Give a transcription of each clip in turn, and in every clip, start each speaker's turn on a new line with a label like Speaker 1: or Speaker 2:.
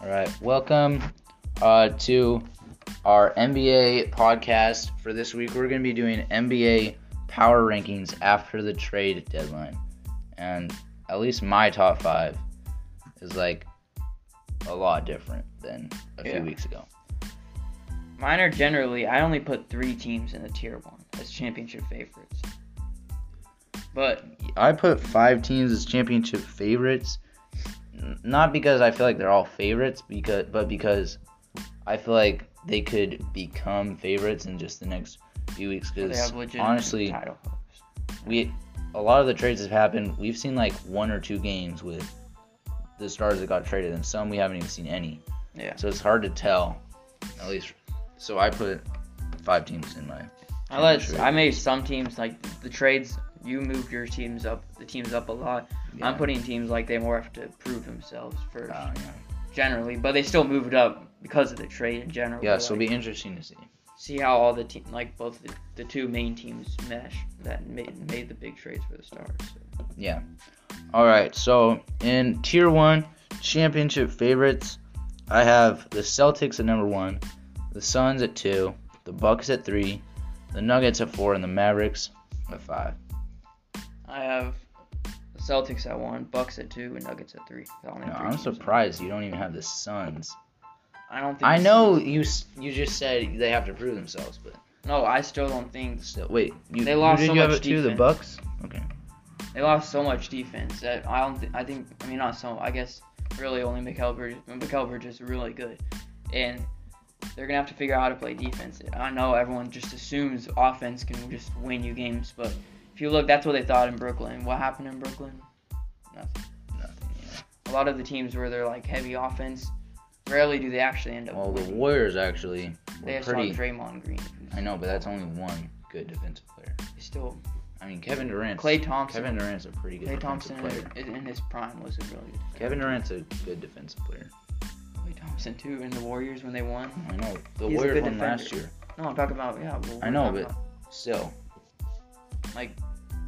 Speaker 1: All right, welcome uh, to our NBA podcast. For this week, we're going to be doing NBA power rankings after the trade deadline. And at least my top five is like a lot different than a
Speaker 2: Yeah.
Speaker 1: few weeks ago.
Speaker 2: Mine are generally I only put three teams in the tier one as championship favorites. But
Speaker 1: I put five teams as championship favorites, n- not because I feel like they're all favorites, because but because I feel like they could become favorites in just the next few weeks.
Speaker 2: they
Speaker 1: Because
Speaker 2: have legit
Speaker 1: honestly,
Speaker 2: title hopes.
Speaker 1: we a lot of the trades have happened. We've seen like one or two games with the stars that got traded, and some we haven't even seen any.
Speaker 2: Yeah.
Speaker 1: So it's hard to tell. At least, so I put five teams in my.
Speaker 2: I let
Speaker 1: sure.
Speaker 2: I made some teams like the trades you moved your teams up the teams up a lot.
Speaker 1: Yeah.
Speaker 2: I'm putting teams like they more have to prove themselves first
Speaker 1: Uh, yeah.
Speaker 2: generally, but they still moved up because of the trade in general.
Speaker 1: yeah, so it'll
Speaker 2: like,
Speaker 1: be interesting to see.
Speaker 2: see how all the team like both the, the two main teams mesh that made made the big trades for the stars. So.
Speaker 1: Yeah. All right. So in tier one championship favorites, I have the Celtics at number one, the Suns at two, the Bucks at three, the Nuggets at four, and the Mavericks at five.
Speaker 2: I have the Celtics at one, Bucks at two, and Nuggets at three. I don't
Speaker 1: No,
Speaker 2: have three
Speaker 1: I'm
Speaker 2: teams.
Speaker 1: surprised you don't even have the Suns.
Speaker 2: I don't think.
Speaker 1: I know you s- you just said they have to prove themselves, but
Speaker 2: No, I still don't think
Speaker 1: still, wait. You,
Speaker 2: They lost
Speaker 1: who did
Speaker 2: so
Speaker 1: you have
Speaker 2: much
Speaker 1: it to? The
Speaker 2: defense.
Speaker 1: Bucks. Okay.
Speaker 2: they lost so much defense that I don't. Th- I think. I mean, not so. I guess really only Mikael Bridges. Mikael Bridges is really good, and they're gonna have to figure out how to play defense. I know everyone just assumes offense can just win you games, but if you look, that's what they thought in Brooklyn. What happened in Brooklyn?
Speaker 1: Nothing. Yeah.
Speaker 2: A lot of the teams where they're like heavy offense, rarely do they actually end up.
Speaker 1: Well, the
Speaker 2: winning.
Speaker 1: Warriors actually were
Speaker 2: they have saw
Speaker 1: pretty.
Speaker 2: Draymond Green.
Speaker 1: I know, but that's only one good defensive player.
Speaker 2: He's Still,
Speaker 1: I mean, Kevin Durant.
Speaker 2: Clay Thompson.
Speaker 1: Kevin Durant's a pretty good
Speaker 2: Clay
Speaker 1: defensive
Speaker 2: Thompson
Speaker 1: player.
Speaker 2: in, in his prime was a really good. defender.
Speaker 1: Kevin Durant's a good defensive player.
Speaker 2: Clay Thompson too, and the Warriors when they won.
Speaker 1: I know the
Speaker 2: He's a
Speaker 1: Warriors
Speaker 2: good
Speaker 1: won
Speaker 2: defender.
Speaker 1: last year.
Speaker 2: No, I'm talking about yeah. Well,
Speaker 1: I
Speaker 2: we're
Speaker 1: know,
Speaker 2: talking
Speaker 1: but
Speaker 2: about-
Speaker 1: still,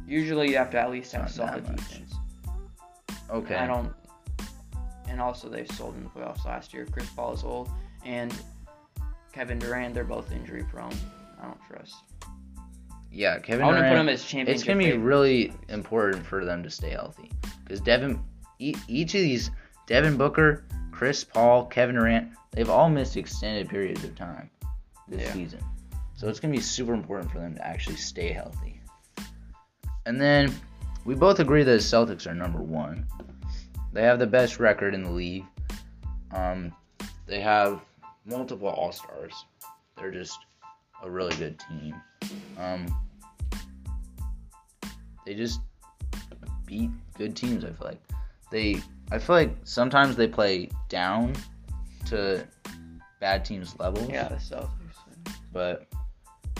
Speaker 2: usually you have to at least have
Speaker 1: Not
Speaker 2: solid
Speaker 1: that much.
Speaker 2: defense.
Speaker 1: okay.
Speaker 2: I don't. And also they sold in the playoffs last year. Chris Paul is old, and Kevin Durant. They're both injury prone. I don't trust.
Speaker 1: yeah, Kevin
Speaker 2: I want to
Speaker 1: Durant.
Speaker 2: put him as championship.
Speaker 1: it's gonna be
Speaker 2: favorite.
Speaker 1: really important for them to stay healthy because Devin, e- each of these, Devin Booker, Chris Paul, Kevin Durant, they've all missed extended periods of time this
Speaker 2: Yeah.
Speaker 1: season. So it's gonna be super important for them to actually stay healthy. And then we both agree that the Celtics are number one. They have the best record in the league. Um, they have multiple All Stars. They're just a really good team. Um, they just beat good teams. I feel like they. I feel like sometimes they play down to bad teams' levels.
Speaker 2: Yeah, the Celtics.
Speaker 1: But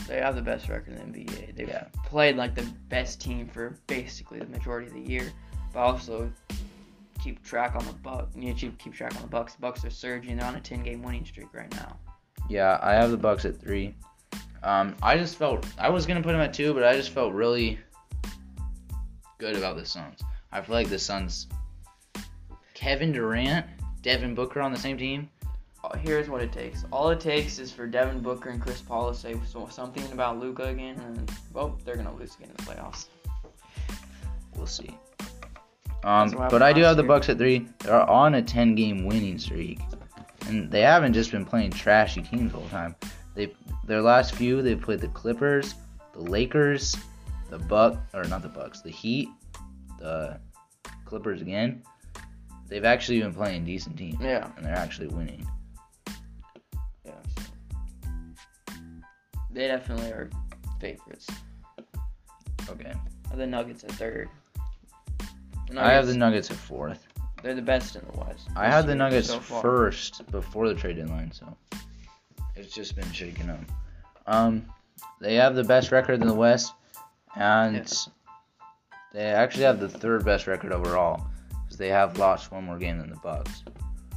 Speaker 2: They have the best record in the NBA. They've
Speaker 1: Yeah.
Speaker 2: played like the best team for basically the majority of the year, but also keep track on the buck. You need to keep track on the Bucks. The Bucks are surging. They're on a 10-game winning streak right now.
Speaker 1: yeah, I have the Bucks at three. Um, I just felt I was gonna put them at two, but I just felt really good about the Suns. I feel like the Suns. Kevin Durant, Devin Booker on the same team.
Speaker 2: Uh, Here's what it takes. All it takes is for Devin Booker and Chris Paul to say so- something about Luca again, and well, they're gonna lose again in the playoffs.
Speaker 1: We'll see.
Speaker 2: That's
Speaker 1: Um,
Speaker 2: what
Speaker 1: but
Speaker 2: happened
Speaker 1: I do
Speaker 2: last
Speaker 1: have the
Speaker 2: year.
Speaker 1: Bucks at three. They're on a ten-game winning streak, and they haven't just been playing trashy teams the whole time. They their last few they've played the Clippers, the Lakers, the Buck or not the Bucks, the Heat, the Clippers again. They've actually been playing decent teams,
Speaker 2: Yeah.
Speaker 1: and they're actually winning.
Speaker 2: Yeah. They definitely are favorites.
Speaker 1: Okay,
Speaker 2: The Nuggets at third.
Speaker 1: I have the Nuggets at fourth.
Speaker 2: They're the best in the West.
Speaker 1: I
Speaker 2: this
Speaker 1: had the
Speaker 2: year
Speaker 1: Nuggets
Speaker 2: so far.
Speaker 1: first before the trade deadline, so it's just been shaken up. Um, they have the best record in the West, and
Speaker 2: Yeah.
Speaker 1: they actually have the third best record overall because they have lost one more game than the Bucks.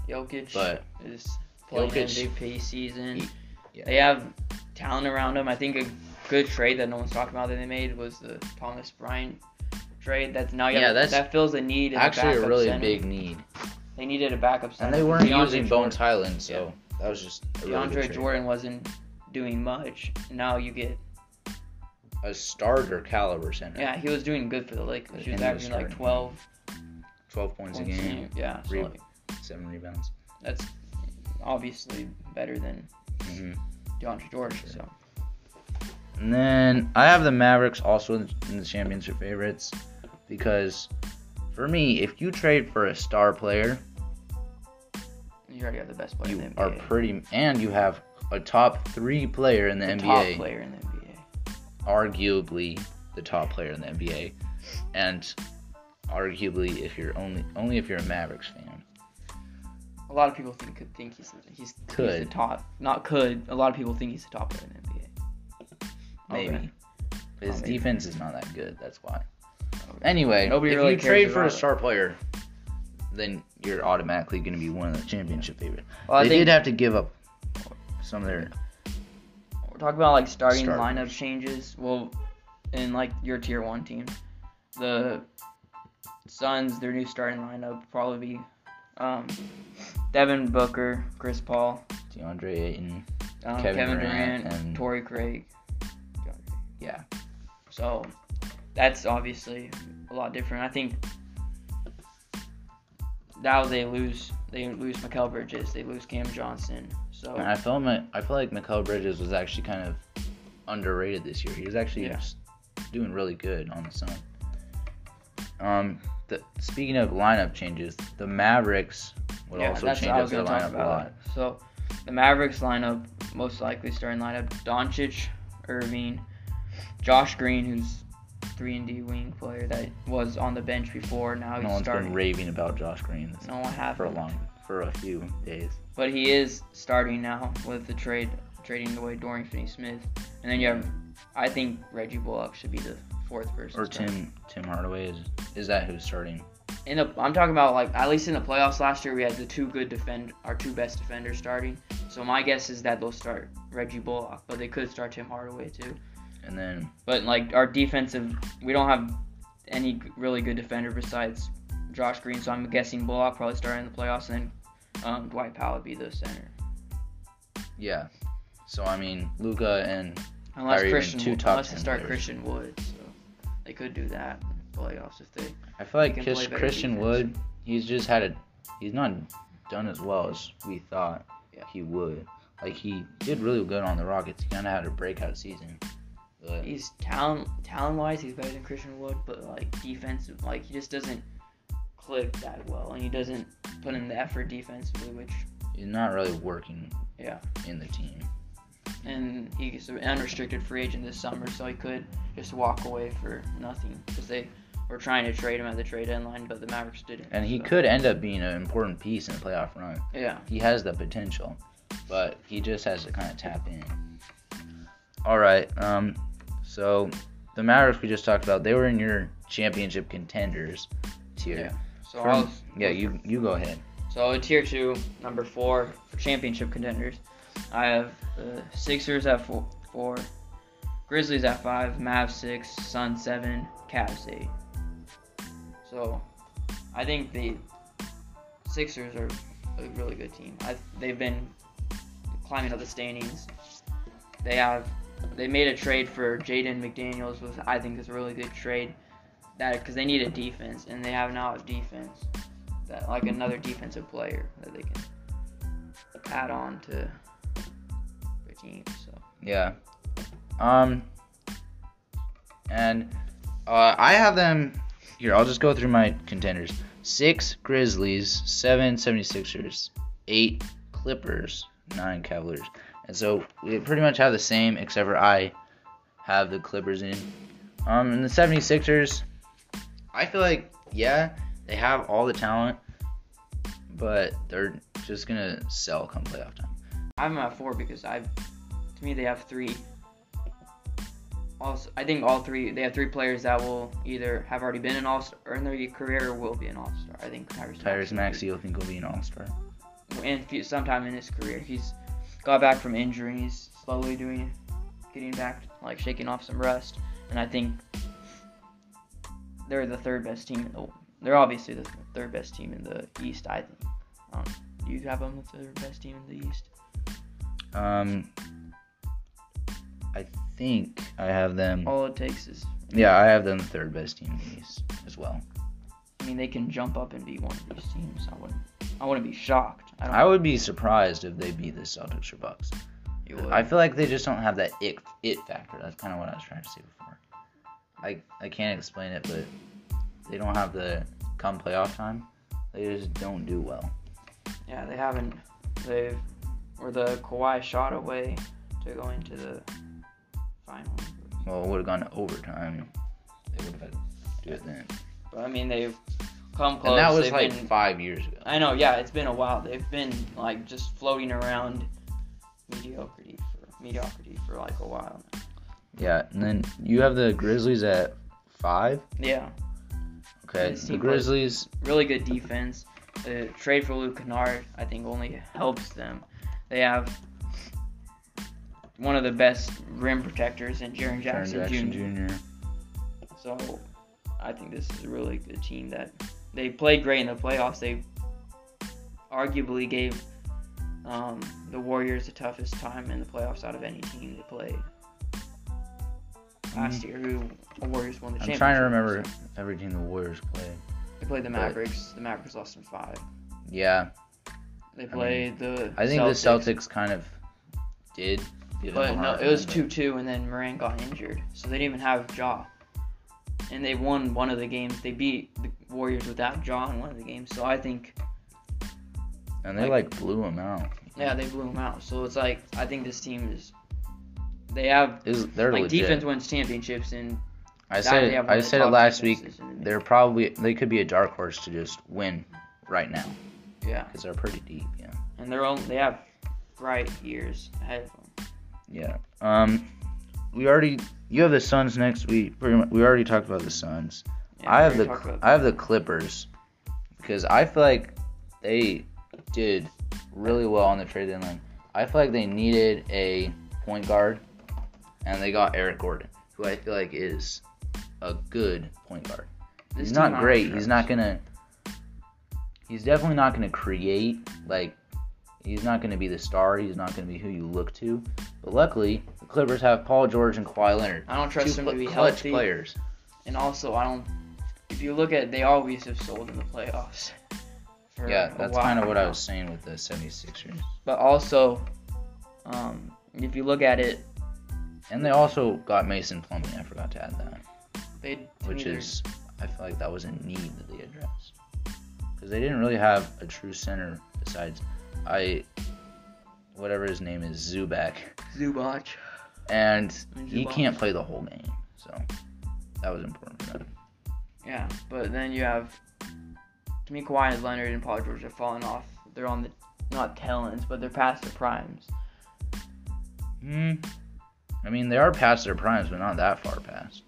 Speaker 2: Jokic
Speaker 1: But
Speaker 2: is playing
Speaker 1: Jokic-
Speaker 2: MVP season.
Speaker 1: Yeah.
Speaker 2: They have talent around him. I think a good trade that no one's talking about that they made was the Thomas Bryant trade. That's now you
Speaker 1: Yeah,
Speaker 2: have,
Speaker 1: that's
Speaker 2: that fills the need. in the
Speaker 1: actually, a
Speaker 2: backup
Speaker 1: really
Speaker 2: center.
Speaker 1: big need.
Speaker 2: They They needed a backup center.
Speaker 1: And they weren't
Speaker 2: DeAndre
Speaker 1: using Bones
Speaker 2: Jordan-
Speaker 1: Highland, so that was just a really good
Speaker 2: DeAndre
Speaker 1: trade.
Speaker 2: Jordan wasn't doing much. and Now you get
Speaker 1: a starter caliber center.
Speaker 2: yeah, he was doing good for the Lakers. He
Speaker 1: And
Speaker 2: was
Speaker 1: he was
Speaker 2: averaging like
Speaker 1: starting.
Speaker 2: 12
Speaker 1: 12 points a
Speaker 2: points a
Speaker 1: game,
Speaker 2: game. Yeah, so
Speaker 1: Re-
Speaker 2: like,
Speaker 1: seven rebounds.
Speaker 2: that's obviously better than
Speaker 1: hmm
Speaker 2: DeAndre Jordan.
Speaker 1: Sure.
Speaker 2: So
Speaker 1: And then I have the Mavericks also in in the championship favorites because for me, if you trade for a star player,
Speaker 2: you already have the best player
Speaker 1: you
Speaker 2: in the NBA.
Speaker 1: are pretty, and you have a top three player in the,
Speaker 2: the top
Speaker 1: NBA,
Speaker 2: player in the NBA.
Speaker 1: arguably the top player in the NBA, and arguably if you're only only if you're a Mavericks fan.
Speaker 2: A lot of people think could think he's he's he's the
Speaker 1: Could.
Speaker 2: top. Not could. A lot of people think he's the top player in the NBA. Maybe.
Speaker 1: Okay. His
Speaker 2: Maybe.
Speaker 1: defense is not that good. That's why.
Speaker 2: Okay.
Speaker 1: Anyway,
Speaker 2: Nobody
Speaker 1: if
Speaker 2: really
Speaker 1: you
Speaker 2: cares
Speaker 1: trade for
Speaker 2: about
Speaker 1: a
Speaker 2: it.
Speaker 1: star player, then you're automatically going to be one of the championship favorites.
Speaker 2: Well, I
Speaker 1: they
Speaker 2: think
Speaker 1: did have to give up some of their.
Speaker 2: we're talking about like starting
Speaker 1: Starters.
Speaker 2: lineup changes. Well, in like your tier one team, the Suns, their new starting lineup probably be um, Devin Booker, Chris Paul,
Speaker 1: DeAndre Ayton.
Speaker 2: um, Kevin,
Speaker 1: Kevin
Speaker 2: Durant,
Speaker 1: Durant, and-
Speaker 2: Torrey Craig.
Speaker 1: Yeah.
Speaker 2: So that's obviously a lot different. I think now they lose they lose Mikel Bridges, they lose Cam Johnson. So
Speaker 1: And I felt my, I feel like Mikael Bridges was actually kind of underrated this year. He was actually
Speaker 2: Yeah.
Speaker 1: s- doing really good on the sun. Um, the, speaking of lineup changes, the Mavericks would also
Speaker 2: that's
Speaker 1: change
Speaker 2: what I
Speaker 1: up
Speaker 2: was
Speaker 1: their
Speaker 2: gonna
Speaker 1: lineup
Speaker 2: talk
Speaker 1: a lot.
Speaker 2: So the Mavericks lineup, most likely starting lineup, Doncic, Irving, Josh Green, who's three and D wing player that was on the bench before, now he's
Speaker 1: No one's
Speaker 2: starting.
Speaker 1: been raving about Josh Green this
Speaker 2: no one half
Speaker 1: for a long, for a few days.
Speaker 2: but he is starting now with the trade trading away Dorian Finney Smith. And then you have I think Reggie Bullock should be the fourth person.
Speaker 1: Or
Speaker 2: starting.
Speaker 1: Tim Tim Hardaway is is that who's starting?
Speaker 2: In the, I'm talking about like at least in the playoffs last year we had the two good defend our two best defenders starting. So my guess is that they'll start Reggie Bullock, but they could start Tim Hardaway too.
Speaker 1: And then
Speaker 2: But like our defensive, we don't have any g- really good defender besides Josh Green. So I'm guessing Bullock probably starting in the playoffs, and then um, Dwight Powell would be the center.
Speaker 1: yeah, so I mean Luca and
Speaker 2: Unless
Speaker 1: Or even
Speaker 2: Christian,
Speaker 1: two
Speaker 2: Wo-
Speaker 1: top
Speaker 2: unless they
Speaker 1: 10
Speaker 2: start
Speaker 1: players.
Speaker 2: Christian Wood, so they could do that in the playoffs if they.
Speaker 1: I feel like
Speaker 2: can
Speaker 1: Chris,
Speaker 2: play better
Speaker 1: Christian
Speaker 2: defense.
Speaker 1: Wood he's just had a he's not done as well as we thought
Speaker 2: Yeah.
Speaker 1: he would. Like he did really good on the Rockets. He kind of had a breakout season. But
Speaker 2: He's talent talent wise, he's better than Christian Wood, but like defensive, like he just doesn't click that well, and he doesn't put in the effort defensively, which
Speaker 1: he's not really working.
Speaker 2: Yeah.
Speaker 1: In the team.
Speaker 2: and he's an unrestricted free agent this summer, so he could just walk away for nothing because they were trying to trade him at the trade deadline, but the Mavericks didn't.
Speaker 1: And he
Speaker 2: so-
Speaker 1: could end up being an important piece in the playoff run.
Speaker 2: Yeah,
Speaker 1: He has the potential, but he just has to kind of tap in. All right. Um, so the Mavericks we just talked about, they were in your championship contenders tier.
Speaker 2: so
Speaker 1: From-
Speaker 2: I was,
Speaker 1: Yeah. you you go ahead.
Speaker 2: so tier two, number four for championship contenders. I have the Sixers at four, four Grizzlies at five, Mavs six, Suns seven, Cavs eight. So, I think the Sixers are a really good team. I, they've been climbing up the standings. They have they made a trade for Jaden McDaniels, which I think is a really good trade. That because they need a defense and they have now a defense that like another defensive player that they can add on to their team. So
Speaker 1: Yeah. Um. And uh, I have them here. I'll just go through my contenders: six Grizzlies, seven 76ers, eight Clippers, nine Cavaliers. And so we pretty much have the same, except for I have the Clippers in. Um, and the 76ers, I feel like yeah, they have all the talent, but they're just gonna sell come playoff time.
Speaker 2: I'm at four because I, to me, they have three. Also, I think all three they have three players that will either have already been an all star or in their career or will be an all star. I think Tyrese.
Speaker 1: Tyrese
Speaker 2: Maxey
Speaker 1: Maxey, I think, will be an all-star.
Speaker 2: will be- And few- sometime in his career, he's got back from injury. and He's slowly doing, getting back, like shaking off some rust. And I think they're the third best team in the They're obviously the third best team in the East, I think. Um, do you have them the third best team in the East?
Speaker 1: Um, I think I have them.
Speaker 2: All it takes is,
Speaker 1: Yeah, I have them third best team in the East as well.
Speaker 2: I mean, they can jump up and be one of these teams. I wouldn't, I wouldn't be shocked. I don't.
Speaker 1: I would be surprised if they beat the Celtics or Bucks.
Speaker 2: you would.
Speaker 1: I feel like they just don't have that it it factor. That's kind of what I was trying to say before. I I can't explain it, but they don't have the come playoff time. They just don't do well.
Speaker 2: Yeah, they haven't. They've were the Kawhi shot away to going to the final.
Speaker 1: Well, it would have gone to overtime. They would have had to do it then.
Speaker 2: But I mean, they've come close.
Speaker 1: And that was
Speaker 2: They've
Speaker 1: like
Speaker 2: been-
Speaker 1: five years ago.
Speaker 2: I know. Yeah, it's been a while. They've been like just floating around mediocrity for mediocrity for like a while. Now.
Speaker 1: Yeah, and then you have the Grizzlies at five.
Speaker 2: Yeah,
Speaker 1: Okay,
Speaker 2: This
Speaker 1: the
Speaker 2: team plays-
Speaker 1: Grizzlies.
Speaker 2: really good defense. The trade for Luke Kennard, I think, only helps them. They have one of the best rim protectors in Jaron
Speaker 1: Jaron
Speaker 2: Jackson,
Speaker 1: Jackson
Speaker 2: Jr.
Speaker 1: Jr.
Speaker 2: So I think this is a really good team that they played great in the playoffs. They arguably gave um, the Warriors the toughest time in the playoffs out of any team they played last year. Who the Warriors won the
Speaker 1: Mm. I'm
Speaker 2: championship.
Speaker 1: trying to remember every team the Warriors played.
Speaker 2: They played the
Speaker 1: but-
Speaker 2: Mavericks. The Mavericks lost in five.
Speaker 1: Yeah,
Speaker 2: They played the.
Speaker 1: I think
Speaker 2: Celtics,
Speaker 1: the Celtics kind of did. give
Speaker 2: But
Speaker 1: them a
Speaker 2: no,
Speaker 1: hard
Speaker 2: it was
Speaker 1: time, but-
Speaker 2: two two, and then Moran got injured, so they didn't even have Jaw. And they won one of the games. They beat the Warriors without Jaw in one of the games. So I think
Speaker 1: And they like, blew him out.
Speaker 2: Yeah, they blew him out. So it's like I think this team is they have
Speaker 1: Is they're
Speaker 2: like
Speaker 1: legit.
Speaker 2: defense wins championships and
Speaker 1: I
Speaker 2: that
Speaker 1: said
Speaker 2: they
Speaker 1: it,
Speaker 2: have one
Speaker 1: I
Speaker 2: of the
Speaker 1: said it
Speaker 2: top
Speaker 1: last week.
Speaker 2: defenses in the
Speaker 1: They're probably they could be a dark horse to just win right now
Speaker 2: league. yeah,
Speaker 1: because they're pretty deep. Yeah.
Speaker 2: and they're all they have bright years ahead of them.
Speaker 1: Yeah. Um, we already you have the Suns next. We pretty much, we already talked about the Suns.
Speaker 2: Yeah,
Speaker 1: I have
Speaker 2: we
Speaker 1: the
Speaker 2: already talked about
Speaker 1: I have the Clippers because I feel like they did really well on the trade deadline. I feel like they needed a point guard, and they got Eric Gordon, who I feel like is a good point guard. he's
Speaker 2: this team
Speaker 1: not
Speaker 2: on
Speaker 1: great.
Speaker 2: track.
Speaker 1: He's not gonna. He's definitely not gonna create like. He's not gonna be the star. He's not gonna be who you look to. But luckily, the Clippers have Paul George and Kawhi Leonard.
Speaker 2: I don't trust
Speaker 1: two
Speaker 2: him to be
Speaker 1: clutch
Speaker 2: healthy,
Speaker 1: players.
Speaker 2: and also I don't. If you look at, they always have sold in the playoffs. For
Speaker 1: Yeah,
Speaker 2: a
Speaker 1: that's
Speaker 2: while
Speaker 1: kind of what I
Speaker 2: now.
Speaker 1: was saying with the 76ers.
Speaker 2: But also, um, if you look at it,
Speaker 1: And they also got Mason Plumlee. I forgot to add that,
Speaker 2: they to
Speaker 1: which
Speaker 2: me, they're-
Speaker 1: is I feel like that was a need that they addressed because they didn't really have a true center besides I. Whatever his name is, Zubac.
Speaker 2: Zubac.
Speaker 1: and
Speaker 2: And
Speaker 1: he
Speaker 2: Zubac.
Speaker 1: can't play the whole game, so that was important for them.
Speaker 2: Yeah, but then you have to me Kawhi and Leonard and Paul George are falling off. They're on the not tail ends, but they're past their primes. Hmm.
Speaker 1: Mm. I mean, they are past their primes, but not that far past.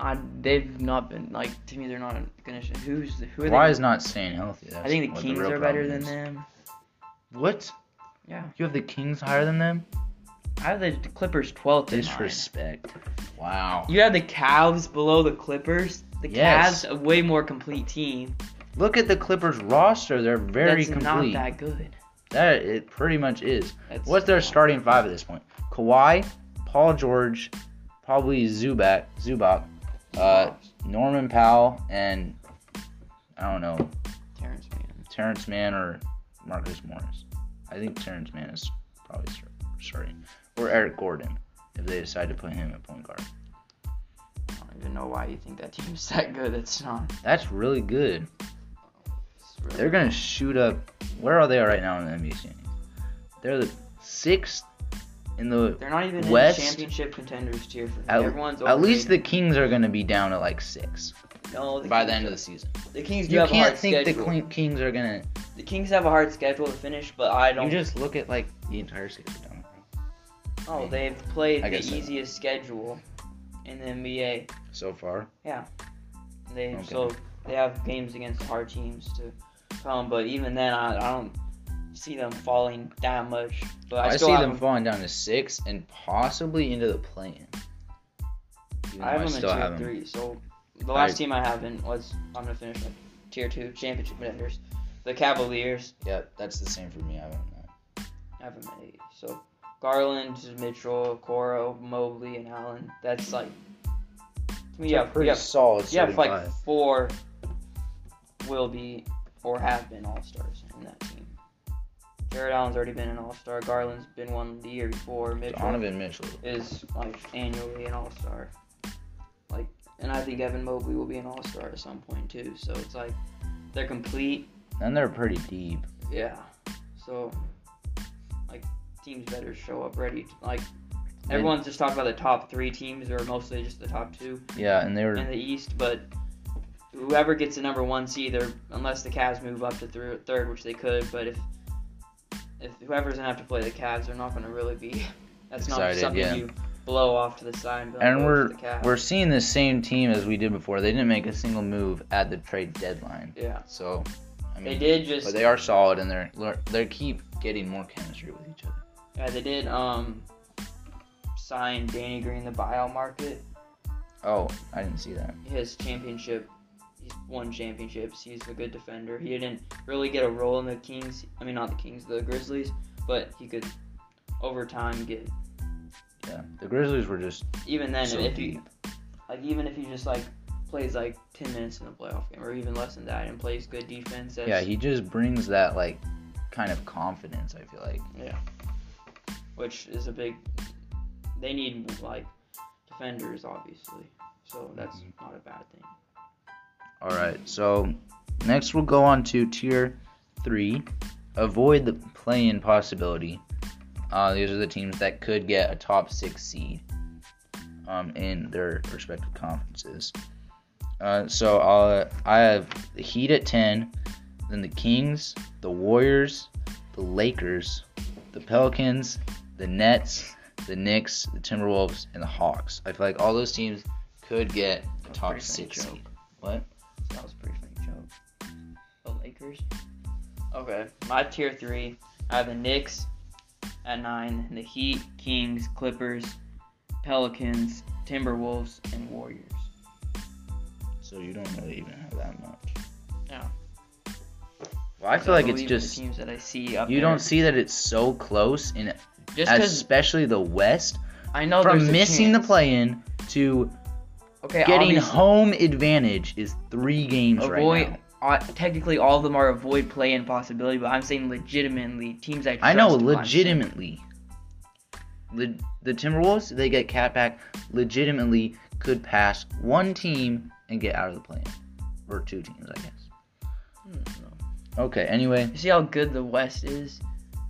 Speaker 2: I they've not been like to me they're not gonna. sh- Who's the, who are
Speaker 1: Why
Speaker 2: they?
Speaker 1: is not staying healthy? That's
Speaker 2: I think
Speaker 1: what
Speaker 2: the Kings
Speaker 1: real
Speaker 2: are better
Speaker 1: problem
Speaker 2: than
Speaker 1: is.
Speaker 2: them.
Speaker 1: What?
Speaker 2: Yeah,
Speaker 1: You have the Kings higher than them?
Speaker 2: I have the Clippers 12th. in mine.
Speaker 1: Disrespect. Wow.
Speaker 2: You have the Cavs below the Clippers. The
Speaker 1: Yes.
Speaker 2: Cavs a way more complete team.
Speaker 1: Look at the Clippers roster. They're very
Speaker 2: That's
Speaker 1: complete.
Speaker 2: not that good.
Speaker 1: that it pretty much is.
Speaker 2: That's
Speaker 1: What's their
Speaker 2: not-
Speaker 1: starting five at this point? Kawhi, Paul George, probably Zubac, Zubac, uh, Norman Powell, and I don't know
Speaker 2: Terrence Mann.
Speaker 1: Terrence Mann or Marcus Morris. I think Terrence Mann is probably start- starting, or Eric Gordon if they decide to put him at point guard.
Speaker 2: I don't even know why you think that team's that good. It's not.
Speaker 1: That's really good.
Speaker 2: It's really
Speaker 1: They're gonna shoot up. Where are they right now in the NBA standings? They're the sixth in the.
Speaker 2: They're not even
Speaker 1: West-
Speaker 2: in championship contenders tier for
Speaker 1: At,
Speaker 2: everyone's.
Speaker 1: at least the
Speaker 2: overrated.
Speaker 1: Kings are gonna be down at like six
Speaker 2: no, Oh, the
Speaker 1: by
Speaker 2: Kings,
Speaker 1: the end of the season.
Speaker 2: the Kings do
Speaker 1: You
Speaker 2: have a
Speaker 1: can't
Speaker 2: hard
Speaker 1: think the
Speaker 2: schedule.
Speaker 1: Cle- Kings are gonna.
Speaker 2: The Kings have a hard schedule to finish, but I
Speaker 1: You
Speaker 2: don't.
Speaker 1: just look at like the entire schedule. don't you?
Speaker 2: oh, they've played
Speaker 1: I
Speaker 2: the
Speaker 1: guess so.
Speaker 2: easiest schedule in the NBA.
Speaker 1: So far,
Speaker 2: They
Speaker 1: Okay.
Speaker 2: so they have games against hard teams to come, but even then, I, I don't see them falling that much. But I,
Speaker 1: Oh, I,
Speaker 2: still
Speaker 1: see
Speaker 2: have
Speaker 1: them falling down to six and possibly into the play-in. Even
Speaker 2: I
Speaker 1: though
Speaker 2: have them in tier
Speaker 1: them.
Speaker 2: three. So the
Speaker 1: I-
Speaker 2: last team I have in was I'm gonna finish with tier two championship contenders. The Cavaliers.
Speaker 1: Yep, that's the same for me. I don't know.
Speaker 2: I haven't met eight. So Garland, Mitchell, Coro, Mobley, and Allen. That's like to
Speaker 1: It's
Speaker 2: me.
Speaker 1: a
Speaker 2: Yeah,
Speaker 1: pretty
Speaker 2: yeah,
Speaker 1: solid.
Speaker 2: yeah.
Speaker 1: starting
Speaker 2: Like
Speaker 1: five.
Speaker 2: four will be or have been all stars in that team. Jared Allen's already been an all star. Garland's been one the year before. Mitchell
Speaker 1: Donovan Mitchell.
Speaker 2: is like annually an all star. Like, and I think Evan Mobley will be an all star at some point too. So it's like they're complete.
Speaker 1: And they're pretty deep.
Speaker 2: Yeah. So like teams better show up ready. To, like
Speaker 1: And-
Speaker 2: everyone's just talking about the top three teams or mostly just the top two
Speaker 1: Yeah, and they were
Speaker 2: in the East, but. Whoever gets the number one seed, they're unless the Cavs move up to thir- third, which they could, but if if whoever's gonna have to play the Cavs, they're not gonna really be. That's not
Speaker 1: Excited,
Speaker 2: something
Speaker 1: yeah.
Speaker 2: you blow off to the side. And, be like,
Speaker 1: And
Speaker 2: "Oh,
Speaker 1: we're
Speaker 2: it's the Cavs.
Speaker 1: we're seeing the same team as we did before. They didn't make a single move at the trade deadline.
Speaker 2: Yeah,
Speaker 1: So, I
Speaker 2: they
Speaker 1: mean,
Speaker 2: did just.
Speaker 1: but they are solid and they're lear- they keep getting more chemistry with each other.
Speaker 2: yeah, they did um sign Danny Green the buyout market.
Speaker 1: Oh, I didn't see that.
Speaker 2: His championship, he's won championships. He's a good defender. He didn't really get a role in the Kings. I mean, not the Kings, the Grizzlies, but he could over time get.
Speaker 1: Yeah, the Grizzlies were just
Speaker 2: Even then,
Speaker 1: so
Speaker 2: if
Speaker 1: deep.
Speaker 2: you like, even if he just like plays like ten minutes in the playoff game or even less than that and plays good defense. That's,
Speaker 1: yeah, he just brings that like kind of confidence. I feel like.
Speaker 2: which is a big. They need like defenders, obviously, so that's
Speaker 1: Mhm.
Speaker 2: not a bad thing.
Speaker 1: All right, so next we'll go on to tier three. Avoid the play-in possibility. Uh, these are the teams that could get a top six seed um, in their respective conferences. Uh, so I'll, I have the Heat at ten, then the Kings, the Warriors, the Lakers, the Pelicans, the Nets, the Knicks, the Timberwolves, and the Hawks. I feel like all those teams could get a top
Speaker 2: Pretty funny
Speaker 1: six
Speaker 2: joke.
Speaker 1: seed. What?
Speaker 2: That was a pretty funny joke. The Lakers. Okay, my tier three. I have the Knicks at nine, and the Heat, Kings, Clippers, Pelicans, Timberwolves, and Warriors.
Speaker 1: So you don't really even have that much.
Speaker 2: Yeah.
Speaker 1: Well, I feel like it's just
Speaker 2: the teams that I see up
Speaker 1: you
Speaker 2: there.
Speaker 1: don't see that it's so close in
Speaker 2: just because
Speaker 1: especially the West
Speaker 2: I know there's
Speaker 1: from
Speaker 2: a
Speaker 1: missing the
Speaker 2: chance.
Speaker 1: play-in to
Speaker 2: Okay,
Speaker 1: getting
Speaker 2: obviously-
Speaker 1: home advantage is three games
Speaker 2: avoid.
Speaker 1: right now.
Speaker 2: Uh, technically, all of them are avoid play in possibility, but I'm saying legitimately teams I trust.
Speaker 1: I know
Speaker 2: to punch.
Speaker 1: legitimately. Le- the Timberwolves they get cat back legitimately could pass one team and get out of the play-in or two teams I guess.
Speaker 2: Hmm,
Speaker 1: Okay, anyway,
Speaker 2: You see how good the West is?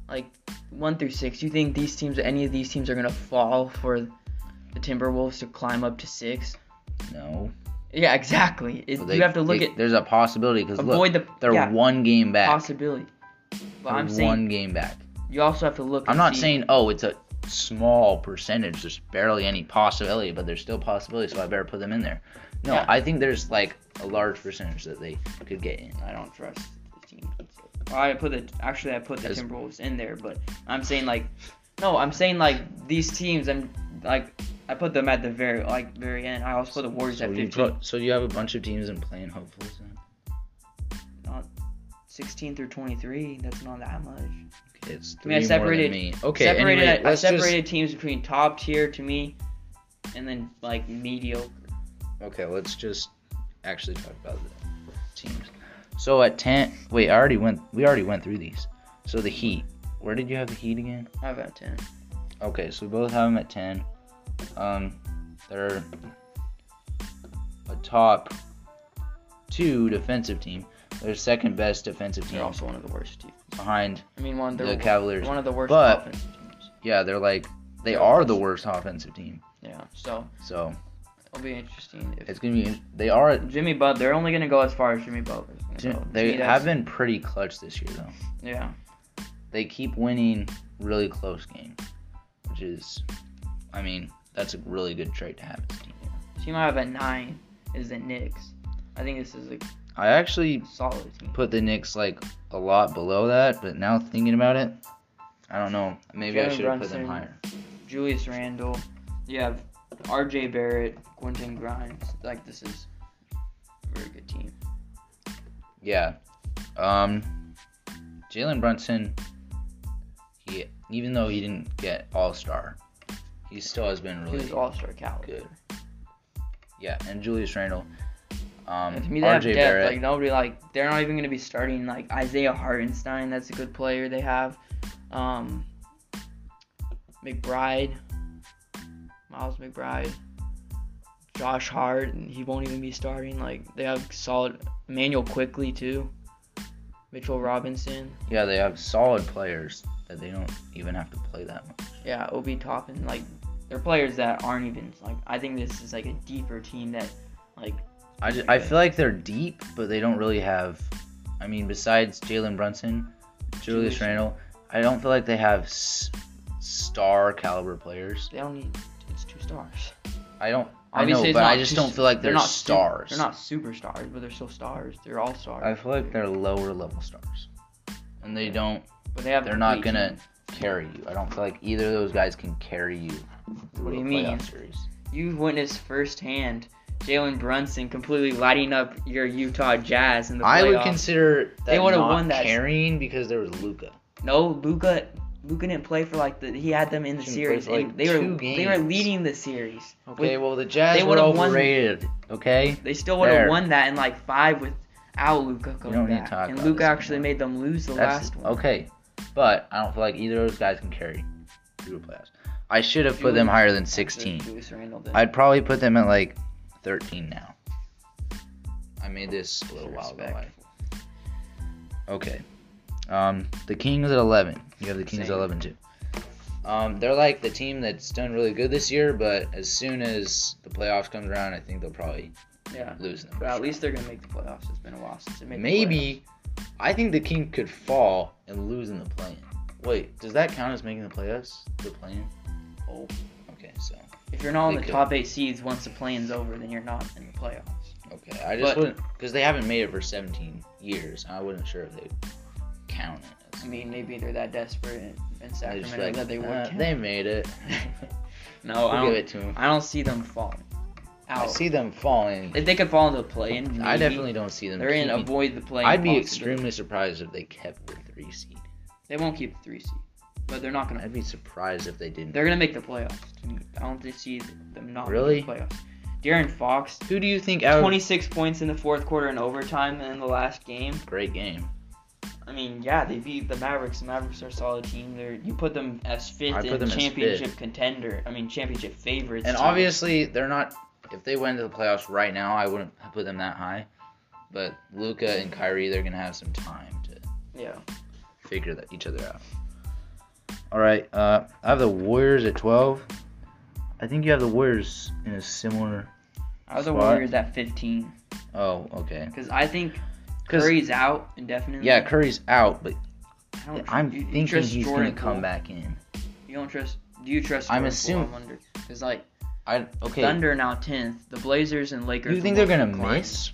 Speaker 2: Like one through six. You think these teams, any of these teams, are gonna fall for the Timberwolves to climb up to six?
Speaker 1: no.
Speaker 2: Yeah, exactly. It,
Speaker 1: Well, they-
Speaker 2: you have to look
Speaker 1: they-
Speaker 2: at
Speaker 1: There's a possibility because look,
Speaker 2: avoid the
Speaker 1: they're
Speaker 2: yeah,
Speaker 1: one game back.
Speaker 2: possibility. But
Speaker 1: They're
Speaker 2: I'm saying
Speaker 1: one game back.
Speaker 2: you also have to look.
Speaker 1: I'm
Speaker 2: and
Speaker 1: not
Speaker 2: see-
Speaker 1: saying oh, it's a small percentage. There's barely any possibility, but there's still possibility, so I better put them in there. No,
Speaker 2: Yeah.
Speaker 1: I think there's like a large percentage that they could get in.
Speaker 2: I don't trust the team. Well, I put the actually I put the
Speaker 1: As-
Speaker 2: Timberwolves in there, but I'm saying like, no, I'm saying like these teams. I'm like I put them at the very like very end. I also put the Warriors
Speaker 1: So
Speaker 2: at
Speaker 1: you,
Speaker 2: 15,
Speaker 1: put, so you have a bunch of teams in playing hopefuls. Then?
Speaker 2: 16 through 23. That's not that much.
Speaker 1: Okay, it's
Speaker 2: I
Speaker 1: three
Speaker 2: mean,
Speaker 1: more
Speaker 2: I
Speaker 1: than
Speaker 2: separated-
Speaker 1: me. Okay,
Speaker 2: separated.
Speaker 1: anyway,
Speaker 2: I
Speaker 1: let's just-
Speaker 2: separated teams between top tier to me, and then like mediocre.
Speaker 1: Okay, let's just actually talk about the teams. So at ten, wait, I already went. We already went through these. So the Heat. Where did you have the Heat again?
Speaker 2: I've got 10.
Speaker 1: Okay, so we both have them at ten. Um, they're a top two defensive team. They're second best defensive
Speaker 2: They're
Speaker 1: team
Speaker 2: also one of the worst teams.
Speaker 1: behind.
Speaker 2: I mean, one of
Speaker 1: The
Speaker 2: the
Speaker 1: Cavaliers.
Speaker 2: One of the worst
Speaker 1: But-
Speaker 2: offensive teams.
Speaker 1: Yeah, they're like they are the worst offensive team.
Speaker 2: Yeah. So
Speaker 1: So
Speaker 2: it'll be interesting if
Speaker 1: it's gonna be. They are.
Speaker 2: Jimmy Butler. They're only gonna go as far as Jimmy Butler.
Speaker 1: They have been pretty clutch this year though.
Speaker 2: Yeah.
Speaker 1: they keep winning really close games, which is, I mean, that's a really good trait to have as a team.
Speaker 2: Team I have at nine is the Knicks. I think this is a
Speaker 1: I actually
Speaker 2: solid team.
Speaker 1: put the Knicks like a lot below that, but now thinking about it, I don't know. Maybe I
Speaker 2: Jalen
Speaker 1: should have put them
Speaker 2: Brunson.
Speaker 1: higher.
Speaker 2: Julius Randle. You have R.J. Barrett, Quentin Grimes. Like this is a very good team.
Speaker 1: yeah. Um, Jalen Brunson, he even though he didn't get All Star, he still has been
Speaker 2: He
Speaker 1: really
Speaker 2: was All Star caliber.
Speaker 1: good. Yeah, and Julius Randle. Um,
Speaker 2: And to me, they have
Speaker 1: RJ
Speaker 2: depth.
Speaker 1: Barrett.
Speaker 2: Like nobody, like they're not even gonna be starting like Isaiah Hartenstein. That's a good player they have. Um, McBride, Miles McBride, Josh Hart, and he won't even be starting. Like they have solid Emmanuel quickly too. Mitchell Robinson,
Speaker 1: yeah, they have solid players that they don't even have to play that much.
Speaker 2: yeah, Obi Toppin. Like they're players that aren't even like. I think this is like a deeper team that, like,
Speaker 1: I, ju- I feel like they're deep, but they don't really have. I mean, besides Jalen Brunson, Julius
Speaker 2: Julius.
Speaker 1: Randle, I don't feel like they have s- star caliber players.
Speaker 2: they don't need. It's two stars.
Speaker 1: I don't. I
Speaker 2: Obviously,
Speaker 1: know,
Speaker 2: it's
Speaker 1: but I
Speaker 2: not
Speaker 1: just
Speaker 2: two-
Speaker 1: don't feel like they're,
Speaker 2: not su-
Speaker 1: stars.
Speaker 2: they're not superstars, but they're still stars. They're all stars.
Speaker 1: I feel like they're lower level stars, and they don't
Speaker 2: but they have.
Speaker 1: they're not
Speaker 2: complete
Speaker 1: gonna-
Speaker 2: team.
Speaker 1: carry you. I don't feel like either of those guys can carry you. through
Speaker 2: What do
Speaker 1: a
Speaker 2: you mean?
Speaker 1: playoff Series.
Speaker 2: You've witnessed firsthand Jalen Brunson completely lighting up your Utah Jazz in the playoffs.
Speaker 1: I would consider that
Speaker 2: They would've
Speaker 1: not
Speaker 2: won that-
Speaker 1: carrying because there was Luca.
Speaker 2: no Luca. Luca didn't play for like the. He had them in the
Speaker 1: Didn't play
Speaker 2: series.
Speaker 1: for, like,
Speaker 2: and they were
Speaker 1: two
Speaker 2: they were
Speaker 1: games.
Speaker 2: leading the series.
Speaker 1: Okay,
Speaker 2: With-
Speaker 1: well the Jazz
Speaker 2: they
Speaker 1: were
Speaker 2: would've won-
Speaker 1: overrated. Okay.
Speaker 2: they still would have
Speaker 1: there.
Speaker 2: won that in like five without Luca coming
Speaker 1: don't need to
Speaker 2: back.
Speaker 1: talk
Speaker 2: and
Speaker 1: about
Speaker 2: Luca
Speaker 1: this
Speaker 2: actually
Speaker 1: anymore.
Speaker 2: made them lose the
Speaker 1: That's
Speaker 2: last one.
Speaker 1: okay, but I don't feel like either of those guys can carry through the playoffs. I should have put
Speaker 2: Julius-
Speaker 1: them higher than
Speaker 2: After
Speaker 1: 16.
Speaker 2: Julius Randle did.
Speaker 1: I'd probably put them at like 13 now. I made this a little while ago.
Speaker 2: Disrespectful.
Speaker 1: Okay. Um, the Kings at 11. You have the Kings at
Speaker 2: Same.
Speaker 1: 11 too. Um, they're like the team that's done really good this year, but as soon as the playoffs comes around, I think they'll probably
Speaker 2: Yeah.
Speaker 1: lose them.
Speaker 2: But at least they're gonna make the playoffs. It's been a while since they made. the playoffs.
Speaker 1: Maybe, I think the Kings could fall and lose in the play. Wait, does that count as making the playoffs? The play-in?
Speaker 2: Oh.
Speaker 1: Okay, so
Speaker 2: if you're not in
Speaker 1: They
Speaker 2: the
Speaker 1: could.
Speaker 2: top eight seeds once the play-in's over, then you're not in the playoffs.
Speaker 1: okay, I just
Speaker 2: But-
Speaker 1: wouldn't because they haven't made it for 17 years. I wasn't sure if they count it. As,
Speaker 2: I mean, maybe they're that desperate in, in
Speaker 1: They're just
Speaker 2: Sacramento that they
Speaker 1: "Uh,
Speaker 2: would. count.
Speaker 1: they made it.
Speaker 2: no, I
Speaker 1: We'll
Speaker 2: don't.
Speaker 1: give it to 'em."
Speaker 2: I don't see them falling out.
Speaker 1: I see them falling.
Speaker 2: if they could fall into the play-in,
Speaker 1: I
Speaker 2: maybe.
Speaker 1: definitely don't see them.
Speaker 2: They're in
Speaker 1: keeping-
Speaker 2: avoid the play.
Speaker 1: I'd be extremely surprised if they kept the three seed.
Speaker 2: They won't keep the three seed, but they're not gonna.
Speaker 1: I'd be surprised if they didn't.
Speaker 2: They're gonna make the playoffs. To me, I don't think see them not
Speaker 1: Really?
Speaker 2: making the playoffs. Darren Fox,
Speaker 1: Who do you think out?
Speaker 2: 26 points in the fourth quarter and overtime in the last game.
Speaker 1: Great game.
Speaker 2: I mean, yeah, they beat the Mavericks. The Mavericks are a solid team. They're you put them as fifth
Speaker 1: I put them
Speaker 2: in
Speaker 1: as
Speaker 2: championship contender. I mean, championship favorites.
Speaker 1: And
Speaker 2: so-
Speaker 1: obviously, they're not. If they went to the playoffs right now, I wouldn't put them that high. But Luca and Kyrie, they're gonna have some time to
Speaker 2: yeah,
Speaker 1: figure that each other out. All right, uh, I have the Warriors at twelve. I think you have the Warriors in a similar.
Speaker 2: I was the
Speaker 1: Spot.
Speaker 2: Warriors at 15
Speaker 1: Oh, okay.
Speaker 2: because I think
Speaker 1: 'Cause-
Speaker 2: Curry's out indefinitely.
Speaker 1: yeah, Curry's out, but
Speaker 2: I don't, tr-
Speaker 1: I'm
Speaker 2: Oh, you- you
Speaker 1: thinking
Speaker 2: trust
Speaker 1: he's
Speaker 2: Jordan
Speaker 1: gonna come
Speaker 2: Poole?
Speaker 1: back in.
Speaker 2: You don't trust? Do you trust?
Speaker 1: I'm
Speaker 2: Jordan Poole,
Speaker 1: assuming-
Speaker 2: I wonder because like
Speaker 1: I okay.
Speaker 2: Thunder now 10th, the Blazers and Lakers.
Speaker 1: You think
Speaker 2: will
Speaker 1: they're gonna
Speaker 2: decline.
Speaker 1: miss?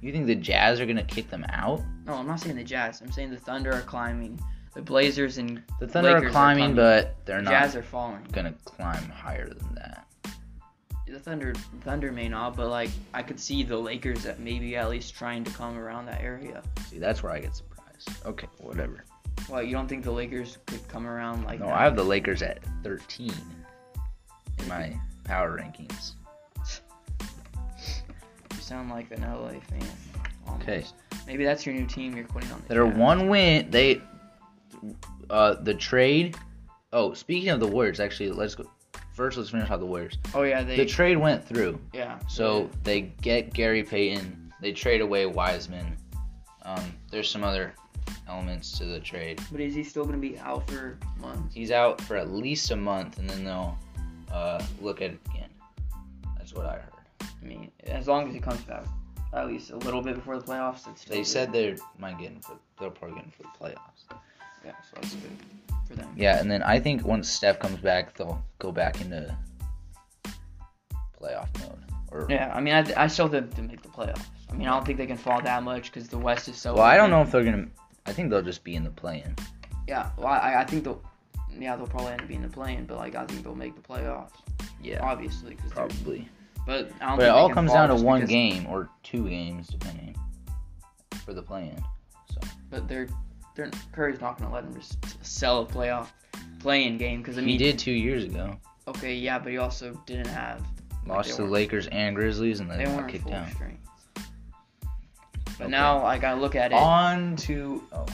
Speaker 1: You think the Jazz are gonna kick them out?
Speaker 2: No, I'm not saying the Jazz. I'm saying the Thunder are climbing. The Blazers and
Speaker 1: The Thunder
Speaker 2: Lakers
Speaker 1: are
Speaker 2: are
Speaker 1: climbing,
Speaker 2: climbing.
Speaker 1: but they're not
Speaker 2: Jazz are falling.
Speaker 1: gonna climb higher than that.
Speaker 2: the Thunder Thunder may not, but like I could see the Lakers that maybe at least trying to come around that area.
Speaker 1: See, that's where I get surprised. Okay, whatever.
Speaker 2: Well, you don't think the Lakers could come around like
Speaker 1: No,
Speaker 2: that?
Speaker 1: I have the Lakers at 13 in my power rankings.
Speaker 2: You sound like an LA fan. almost.
Speaker 1: Okay.
Speaker 2: Maybe that's your new team. You're quitting on the.
Speaker 1: They're
Speaker 2: Jazz.
Speaker 1: one win. They, uh, the trade. Oh, speaking of the Warriors, actually, let's go. First, let's finish out the Warriors.
Speaker 2: Oh yeah, they.
Speaker 1: The trade went through.
Speaker 2: yeah.
Speaker 1: So they get Gary Payton. They trade away Wiseman. Um, there's some other elements to the trade.
Speaker 2: But is he still gonna be out for months?
Speaker 1: He's out for at least a month, and then they'll uh, look at it again. That's what I heard.
Speaker 2: I mean, as long as he comes back, at least a little bit before the playoffs. That's still
Speaker 1: They
Speaker 2: good.
Speaker 1: said they might get in for they're probably getting for the playoffs.
Speaker 2: Yeah, so that's good for them.
Speaker 1: Yeah, and then I think once Steph comes back, they'll go back into playoff mode. Or
Speaker 2: Yeah, I mean, I, I still think they make the playoffs. I mean, I don't think they can fall that much because the West is so.
Speaker 1: well, I don't
Speaker 2: open.
Speaker 1: know if they're gonna. I think they'll just be in the play-in.
Speaker 2: Yeah, well, I, I think they'll, yeah, they'll probably end up being in the play-in, but like I think they'll make the playoffs,
Speaker 1: Yeah,
Speaker 2: obviously. Cause they're-
Speaker 1: probably.
Speaker 2: but
Speaker 1: But it
Speaker 2: I don't think they
Speaker 1: all
Speaker 2: can
Speaker 1: comes
Speaker 2: fall
Speaker 1: down to
Speaker 2: just
Speaker 1: one
Speaker 2: because-
Speaker 1: game or two games, depending. for the play-in.
Speaker 2: but they're they're Curry's not gonna let him just sell a playoff playing game because I mean
Speaker 1: he did two years ago.
Speaker 2: okay yeah but he also didn't have
Speaker 1: Lost
Speaker 2: they
Speaker 1: to
Speaker 2: weren't-
Speaker 1: Lakers and Grizzlies and then
Speaker 2: they
Speaker 1: got
Speaker 2: weren't
Speaker 1: kicked
Speaker 2: full
Speaker 1: out.
Speaker 2: strength. But
Speaker 1: Okay.
Speaker 2: now like, I gotta look at it.
Speaker 1: on to oh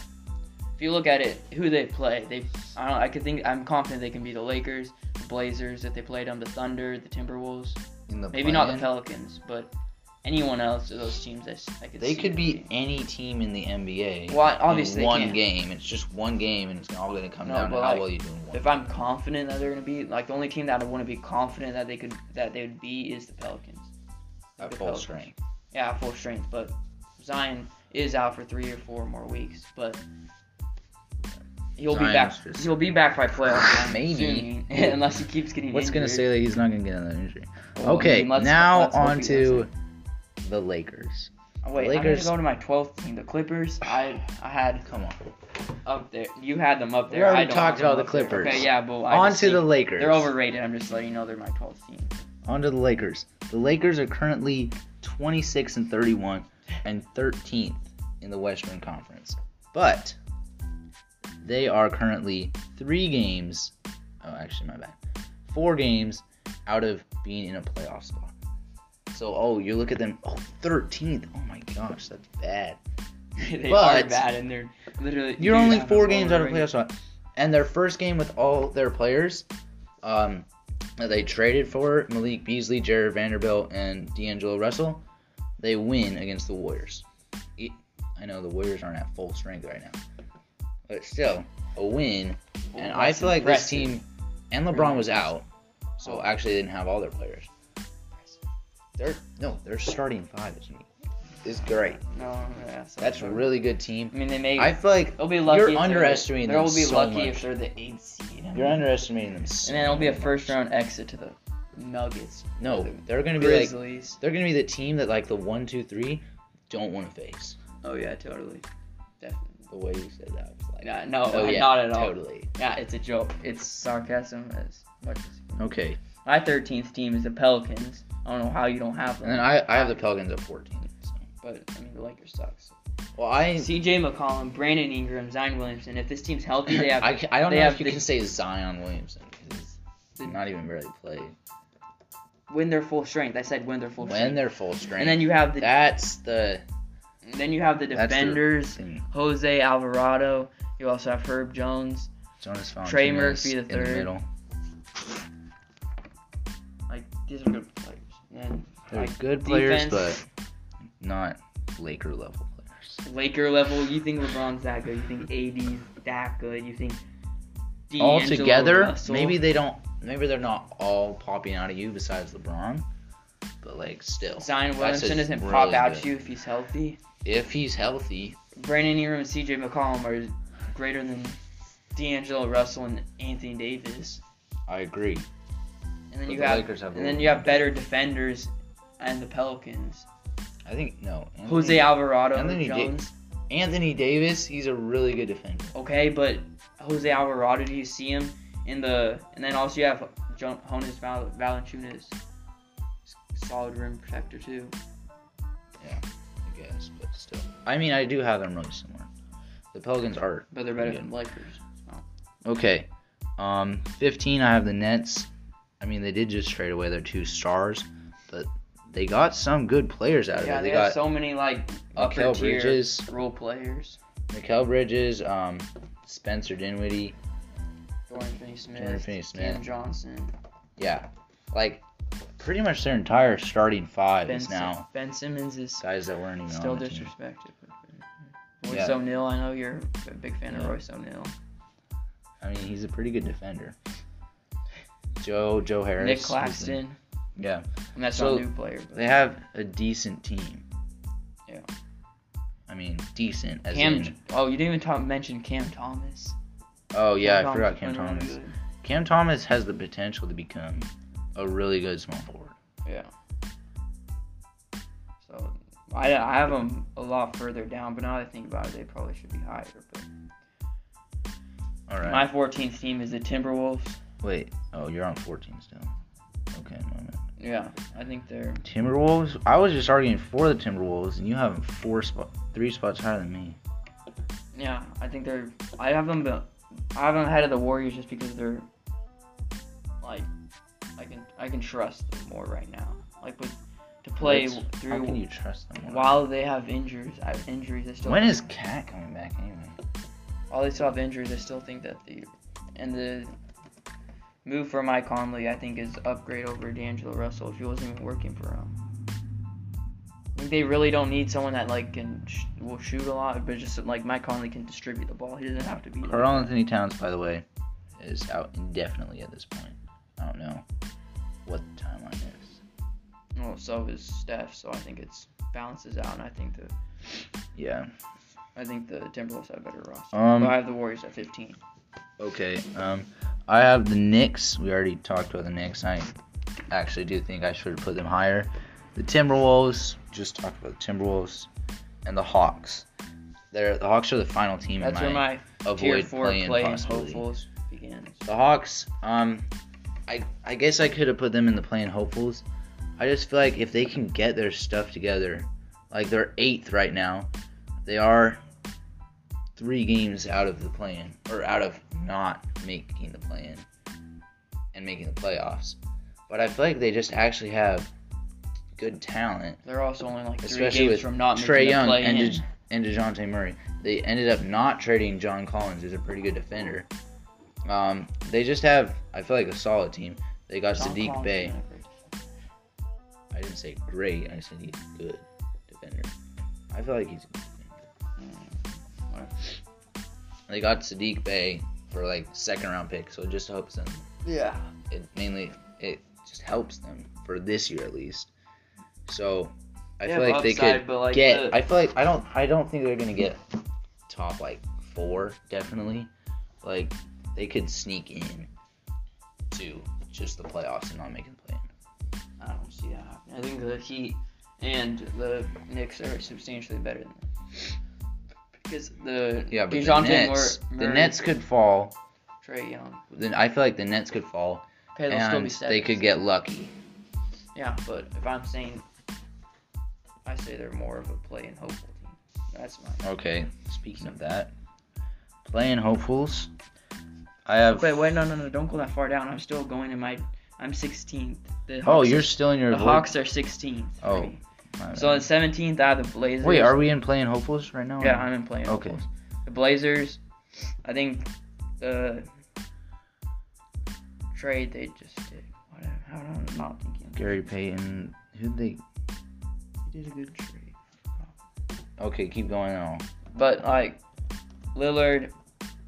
Speaker 2: if you look at it, who they play, they I don't I could think I'm confident they can be the Lakers, the Blazers if they played them, the Thunder, the Timberwolves,
Speaker 1: in the
Speaker 2: maybe not the
Speaker 1: play-in.
Speaker 2: Pelicans, but anyone else of those teams I, s- I could
Speaker 1: They
Speaker 2: see
Speaker 1: could be
Speaker 2: being-
Speaker 1: any team in the NBA.
Speaker 2: Well, obviously
Speaker 1: in
Speaker 2: they
Speaker 1: one
Speaker 2: can't.
Speaker 1: game. It's just one game, and it's all going to come
Speaker 2: No,
Speaker 1: down to
Speaker 2: but,
Speaker 1: how
Speaker 2: like,
Speaker 1: well you do in one.
Speaker 2: If I'm confident that they're gonna be like the only team that I want to be confident that they could that they would be is the Pelicans.
Speaker 1: at
Speaker 2: the
Speaker 1: full
Speaker 2: Pelicans.
Speaker 1: strength.
Speaker 2: Yeah, full strength, but Zion is out for three or four more weeks, but he'll be back.
Speaker 1: Zion's just-
Speaker 2: He'll be back by playoff time,
Speaker 1: Maybe.
Speaker 2: assuming- unless he keeps getting.
Speaker 1: What's going to
Speaker 2: injured.
Speaker 1: say that he's not going to get another injury?
Speaker 2: Well, I
Speaker 1: Okay,
Speaker 2: mean, let's-
Speaker 1: now
Speaker 2: let's hope
Speaker 1: on
Speaker 2: he
Speaker 1: to
Speaker 2: doesn't.
Speaker 1: the Lakers.
Speaker 2: Oh, wait.
Speaker 1: Lakers-
Speaker 2: I'm gonna go to my 12th team, the Clippers. I I had
Speaker 1: Come on.
Speaker 2: up there. You had them up
Speaker 1: We
Speaker 2: there. I
Speaker 1: already
Speaker 2: don't
Speaker 1: talked
Speaker 2: have them
Speaker 1: about the
Speaker 2: up there.
Speaker 1: Clippers.
Speaker 2: Okay, yeah, but I
Speaker 1: On
Speaker 2: just
Speaker 1: to the
Speaker 2: think
Speaker 1: Lakers.
Speaker 2: They're overrated. I'm just letting you know they're my 12th team.
Speaker 1: On to the Lakers. The Lakers are currently 26 and 31 and 13th in the Western Conference. But they are currently 3 games, oh actually my bad. 4 games out of being in a playoff spot. So oh, you look at them, oh 13th. Oh my gosh, that's bad.
Speaker 2: they
Speaker 1: But-
Speaker 2: are bad, and they're literally.
Speaker 1: You're
Speaker 2: dude,
Speaker 1: only
Speaker 2: I'm
Speaker 1: four games out of
Speaker 2: overrated.
Speaker 1: playoff spot, and their first game with all their players, um, that they traded for Malik Beasley, Jared Vanderbilt, and D'Angelo Russell. They win against the Warriors. E- I know the Warriors aren't at full strength right now, but still a win.
Speaker 2: Well,
Speaker 1: and I
Speaker 2: that's
Speaker 1: feel like this
Speaker 2: impressive.
Speaker 1: team, and LeBron
Speaker 2: Really
Speaker 1: was
Speaker 2: impressive.
Speaker 1: out, so actually they didn't have all their players. They're no, their starting five is is great.
Speaker 2: No, yeah, so-
Speaker 1: That's a really good team.
Speaker 2: I mean, they may.
Speaker 1: I feel like
Speaker 2: they'll be lucky.
Speaker 1: you're
Speaker 2: if they're-
Speaker 1: underestimating them
Speaker 2: They'll be
Speaker 1: so
Speaker 2: lucky
Speaker 1: much.
Speaker 2: if they're the eighth seed.
Speaker 1: You're underestimating them. so
Speaker 2: And then it'll be a
Speaker 1: much.
Speaker 2: first round exit to the Nuggets.
Speaker 1: No,
Speaker 2: the
Speaker 1: they're gonna be like
Speaker 2: Grizzlies.
Speaker 1: they're gonna be the team that like the one, two, three don't want to face.
Speaker 2: Oh yeah, totally, definitely.
Speaker 1: The way you said that was like, oh,
Speaker 2: Yeah, no, not at all.
Speaker 1: totally.
Speaker 2: Yeah, it's a joke. It's sarcasm as much as.
Speaker 1: Okay,
Speaker 2: My 13th team is the Pelicans. I don't know how you don't have them,
Speaker 1: and then I I have the Pelicans at 14. So.
Speaker 2: but I mean the Lakers sucks.
Speaker 1: Well, I
Speaker 2: C.J. McCollum, Brandon Ingram, Zion Williamson. If this team's healthy, they have.
Speaker 1: I, ca- I don't
Speaker 2: they
Speaker 1: know if
Speaker 2: have
Speaker 1: you
Speaker 2: the-
Speaker 1: can say Zion Williamson because
Speaker 2: The-
Speaker 1: he's not even barely played
Speaker 2: when they're full strength, I said when they're full
Speaker 1: when
Speaker 2: strength.
Speaker 1: they're full strength.
Speaker 2: and then you have the
Speaker 1: that's the
Speaker 2: then you have the
Speaker 1: that's the
Speaker 2: defenders.
Speaker 1: thing.
Speaker 2: Jose Alvarado. You also have Herb Jones.
Speaker 1: Jonas Valanciunas
Speaker 2: Trey Murphy the
Speaker 1: in
Speaker 2: third.
Speaker 1: the middle.
Speaker 2: Like these are good players. And
Speaker 1: They're
Speaker 2: like,
Speaker 1: good players,
Speaker 2: defense-
Speaker 1: but not Laker level players.
Speaker 2: Laker level, you think LeBron's that good? You think AD's that good? You think
Speaker 1: all
Speaker 2: D'Angelo
Speaker 1: together,
Speaker 2: Russell-
Speaker 1: maybe they don't. Maybe they're not all popping out of you besides LeBron, but like still,
Speaker 2: Zion
Speaker 1: That's
Speaker 2: Williamson
Speaker 1: just
Speaker 2: doesn't
Speaker 1: really
Speaker 2: pop out
Speaker 1: good.
Speaker 2: to you if he's healthy.
Speaker 1: if he's healthy,
Speaker 2: Brandon Ingram and C.J. McCollum are greater than D'Angelo Russell and Anthony Davis.
Speaker 1: I agree.
Speaker 2: And then
Speaker 1: But
Speaker 2: you
Speaker 1: the
Speaker 2: have,
Speaker 1: Lakers have a
Speaker 2: and then
Speaker 1: little
Speaker 2: you have
Speaker 1: more
Speaker 2: better defenders and the Pelicans.
Speaker 1: I think no. Anthony,
Speaker 2: Jose Alvarado,
Speaker 1: Anthony Da-
Speaker 2: Jones.
Speaker 1: Anthony Davis, he's a really good defender.
Speaker 2: okay, but Jose Alvarado, do you see him in the? And then also you have Jon- Jonas Val- Valanciunas, S- solid rim protector too.
Speaker 1: I guess, but still, I mean, I do have them really similar. The Pelicans are
Speaker 2: But they're better
Speaker 1: Yeah.
Speaker 2: than Lakers.
Speaker 1: okay. Um, 15, I have the Nets. I mean, they did just trade away their two stars, but they got some good players out of
Speaker 2: Yeah,
Speaker 1: it.
Speaker 2: they,
Speaker 1: They,
Speaker 2: have
Speaker 1: got
Speaker 2: so many like upper
Speaker 1: Mikael
Speaker 2: tier
Speaker 1: Bridges.
Speaker 2: role players.
Speaker 1: Mikael Bridges, um, Spencer Dinwiddie.
Speaker 2: Dorian Finney-Smith,
Speaker 1: Dorian Finney-Smith.
Speaker 2: Cam Johnson,
Speaker 1: Yeah. Like, pretty much their entire starting five
Speaker 2: Ben,
Speaker 1: is
Speaker 2: Sim-
Speaker 1: now
Speaker 2: ben Simmons is
Speaker 1: guys that weren't even
Speaker 2: still
Speaker 1: on the team.
Speaker 2: disrespected. Royce
Speaker 1: Yeah.
Speaker 2: O'Neal, I know you're a big fan
Speaker 1: Yeah.
Speaker 2: of Royce O'Neal.
Speaker 1: I mean, he's a pretty good defender. Joe Joe Harris.
Speaker 2: Nick
Speaker 1: is the-
Speaker 2: Claxton,
Speaker 1: yeah.
Speaker 2: and that's
Speaker 1: So,
Speaker 2: not a new player. But
Speaker 1: They have a decent team.
Speaker 2: Yeah.
Speaker 1: I mean, decent as
Speaker 2: Cam,
Speaker 1: in.
Speaker 2: oh, you didn't even talk, mention Cam Thomas.
Speaker 1: Oh yeah, I
Speaker 2: Thomas
Speaker 1: forgot
Speaker 2: is
Speaker 1: Cam
Speaker 2: playing really
Speaker 1: Thomas.
Speaker 2: good.
Speaker 1: Cam Thomas has the potential to become a really good small forward.
Speaker 2: So I, I have them a lot further down, but now that I think about it, they probably should be higher. But
Speaker 1: All right.
Speaker 2: my 14th team is the Timberwolves.
Speaker 1: Wait. Oh, you're on 14 still. Okay. My bad.
Speaker 2: Yeah, I think they're.
Speaker 1: Timberwolves. I was just arguing for the Timberwolves, and you have them four spot, three spots higher than me.
Speaker 2: Yeah, I think they're. I have them. be- I have them ahead of the Warriors just because they're. Like, I can I can trust them more right now. Like with to play
Speaker 1: That's- How can
Speaker 2: through
Speaker 1: you trust them?
Speaker 2: while they have injuries. I have injuries. I still.
Speaker 1: When is Cat coming back anyway?
Speaker 2: while they still have injuries, I still think that the and the move for Mike Conley, I think, is upgrade over D'Angelo Russell if he wasn't even working for him. I think they really don't need someone that like can sh- will shoot a lot, but just like Mike Conley can distribute the ball. He doesn't have to be. like-
Speaker 1: Carl Anthony Towns, by the way, is out indefinitely at this point. I don't know what the timeline is.
Speaker 2: Well, so is Steph. So I think it's balances out, and I think the
Speaker 1: Yeah.
Speaker 2: I think the Timberwolves have better roster.
Speaker 1: Um,
Speaker 2: but I have the Warriors at 15.
Speaker 1: Okay. Um, I have the Knicks. We already talked about the Knicks. I actually do think I should have put them higher. The Timberwolves. Just talked about the Timberwolves and the Hawks. They're, the Hawks are the final team
Speaker 2: That's where
Speaker 1: in my
Speaker 2: my tier
Speaker 1: avoid
Speaker 2: four
Speaker 1: play-in
Speaker 2: play
Speaker 1: possibility.
Speaker 2: hopefuls begins.
Speaker 1: The Hawks. Um, I I guess I could have put them in the playing hopefuls. I just feel like if they can get their stuff together, like they're eighth right now, they are three games out of the play-in or out of not making the play-in and making the playoffs. But I feel like they just actually have good talent,
Speaker 2: They're also only like three
Speaker 1: especially
Speaker 2: games
Speaker 1: with
Speaker 2: from not
Speaker 1: Trey
Speaker 2: making
Speaker 1: Young
Speaker 2: the play
Speaker 1: and
Speaker 2: in.
Speaker 1: De- and Dejounte Murray. They ended up not trading John Collins, who's a pretty good defender. Um, they just have, I feel like, a solid team. They got
Speaker 2: John
Speaker 1: Sadiq
Speaker 2: Collins
Speaker 1: Bay.
Speaker 2: is not great.
Speaker 1: I didn't say great. I said he's a good defender. I feel like he's.
Speaker 2: Mm,
Speaker 1: They got Sadiq Bay for like second round pick, so it just helps them.
Speaker 2: Yeah.
Speaker 1: It mainly it just helps them for this year at least. So I
Speaker 2: They
Speaker 1: feel
Speaker 2: have
Speaker 1: like they
Speaker 2: upside,
Speaker 1: could
Speaker 2: but, like,
Speaker 1: get.
Speaker 2: the-
Speaker 1: I feel like I don't. I don't think they're gonna get top like four definitely. Like they could sneak in to just the playoffs and not make the play.
Speaker 2: I don't see that happening. I think the Heat and the Knicks are substantially better than them. Because the
Speaker 1: Yeah, but
Speaker 2: Dejounte
Speaker 1: the Nets,
Speaker 2: Mur-
Speaker 1: the
Speaker 2: Murray,
Speaker 1: Nets could fall.
Speaker 2: Trey Young.
Speaker 1: Then I feel like the Nets could fall,
Speaker 2: Okay, they'll still be
Speaker 1: and
Speaker 2: seven.
Speaker 1: they could get lucky.
Speaker 2: Yeah, but if I'm saying, I say they're more of a play and hopeful team. That's my.
Speaker 1: Okay. Speaking of that, playing hopefuls, I have.
Speaker 2: Wait, wait, no, no, no! Don't go that far down. I'm still going in my. I'm 16th. The
Speaker 1: oh,
Speaker 2: Hawks
Speaker 1: you're
Speaker 2: Are,
Speaker 1: still in your.
Speaker 2: the
Speaker 1: void-
Speaker 2: Hawks are 16th. for
Speaker 1: Oh,
Speaker 2: me.
Speaker 1: my
Speaker 2: So
Speaker 1: bad.
Speaker 2: at 17th, I have the Blazers.
Speaker 1: Wait, are we in playing hopefuls right now?
Speaker 2: Yeah, I'm in playing.
Speaker 1: Okay.
Speaker 2: hopefuls. The Blazers, I think the trade they just did. Whatever. How am I not thinking?
Speaker 1: Gary Payton. Who they?
Speaker 2: They did a good trade.
Speaker 1: Okay, keep going. Oh,
Speaker 2: But like Lillard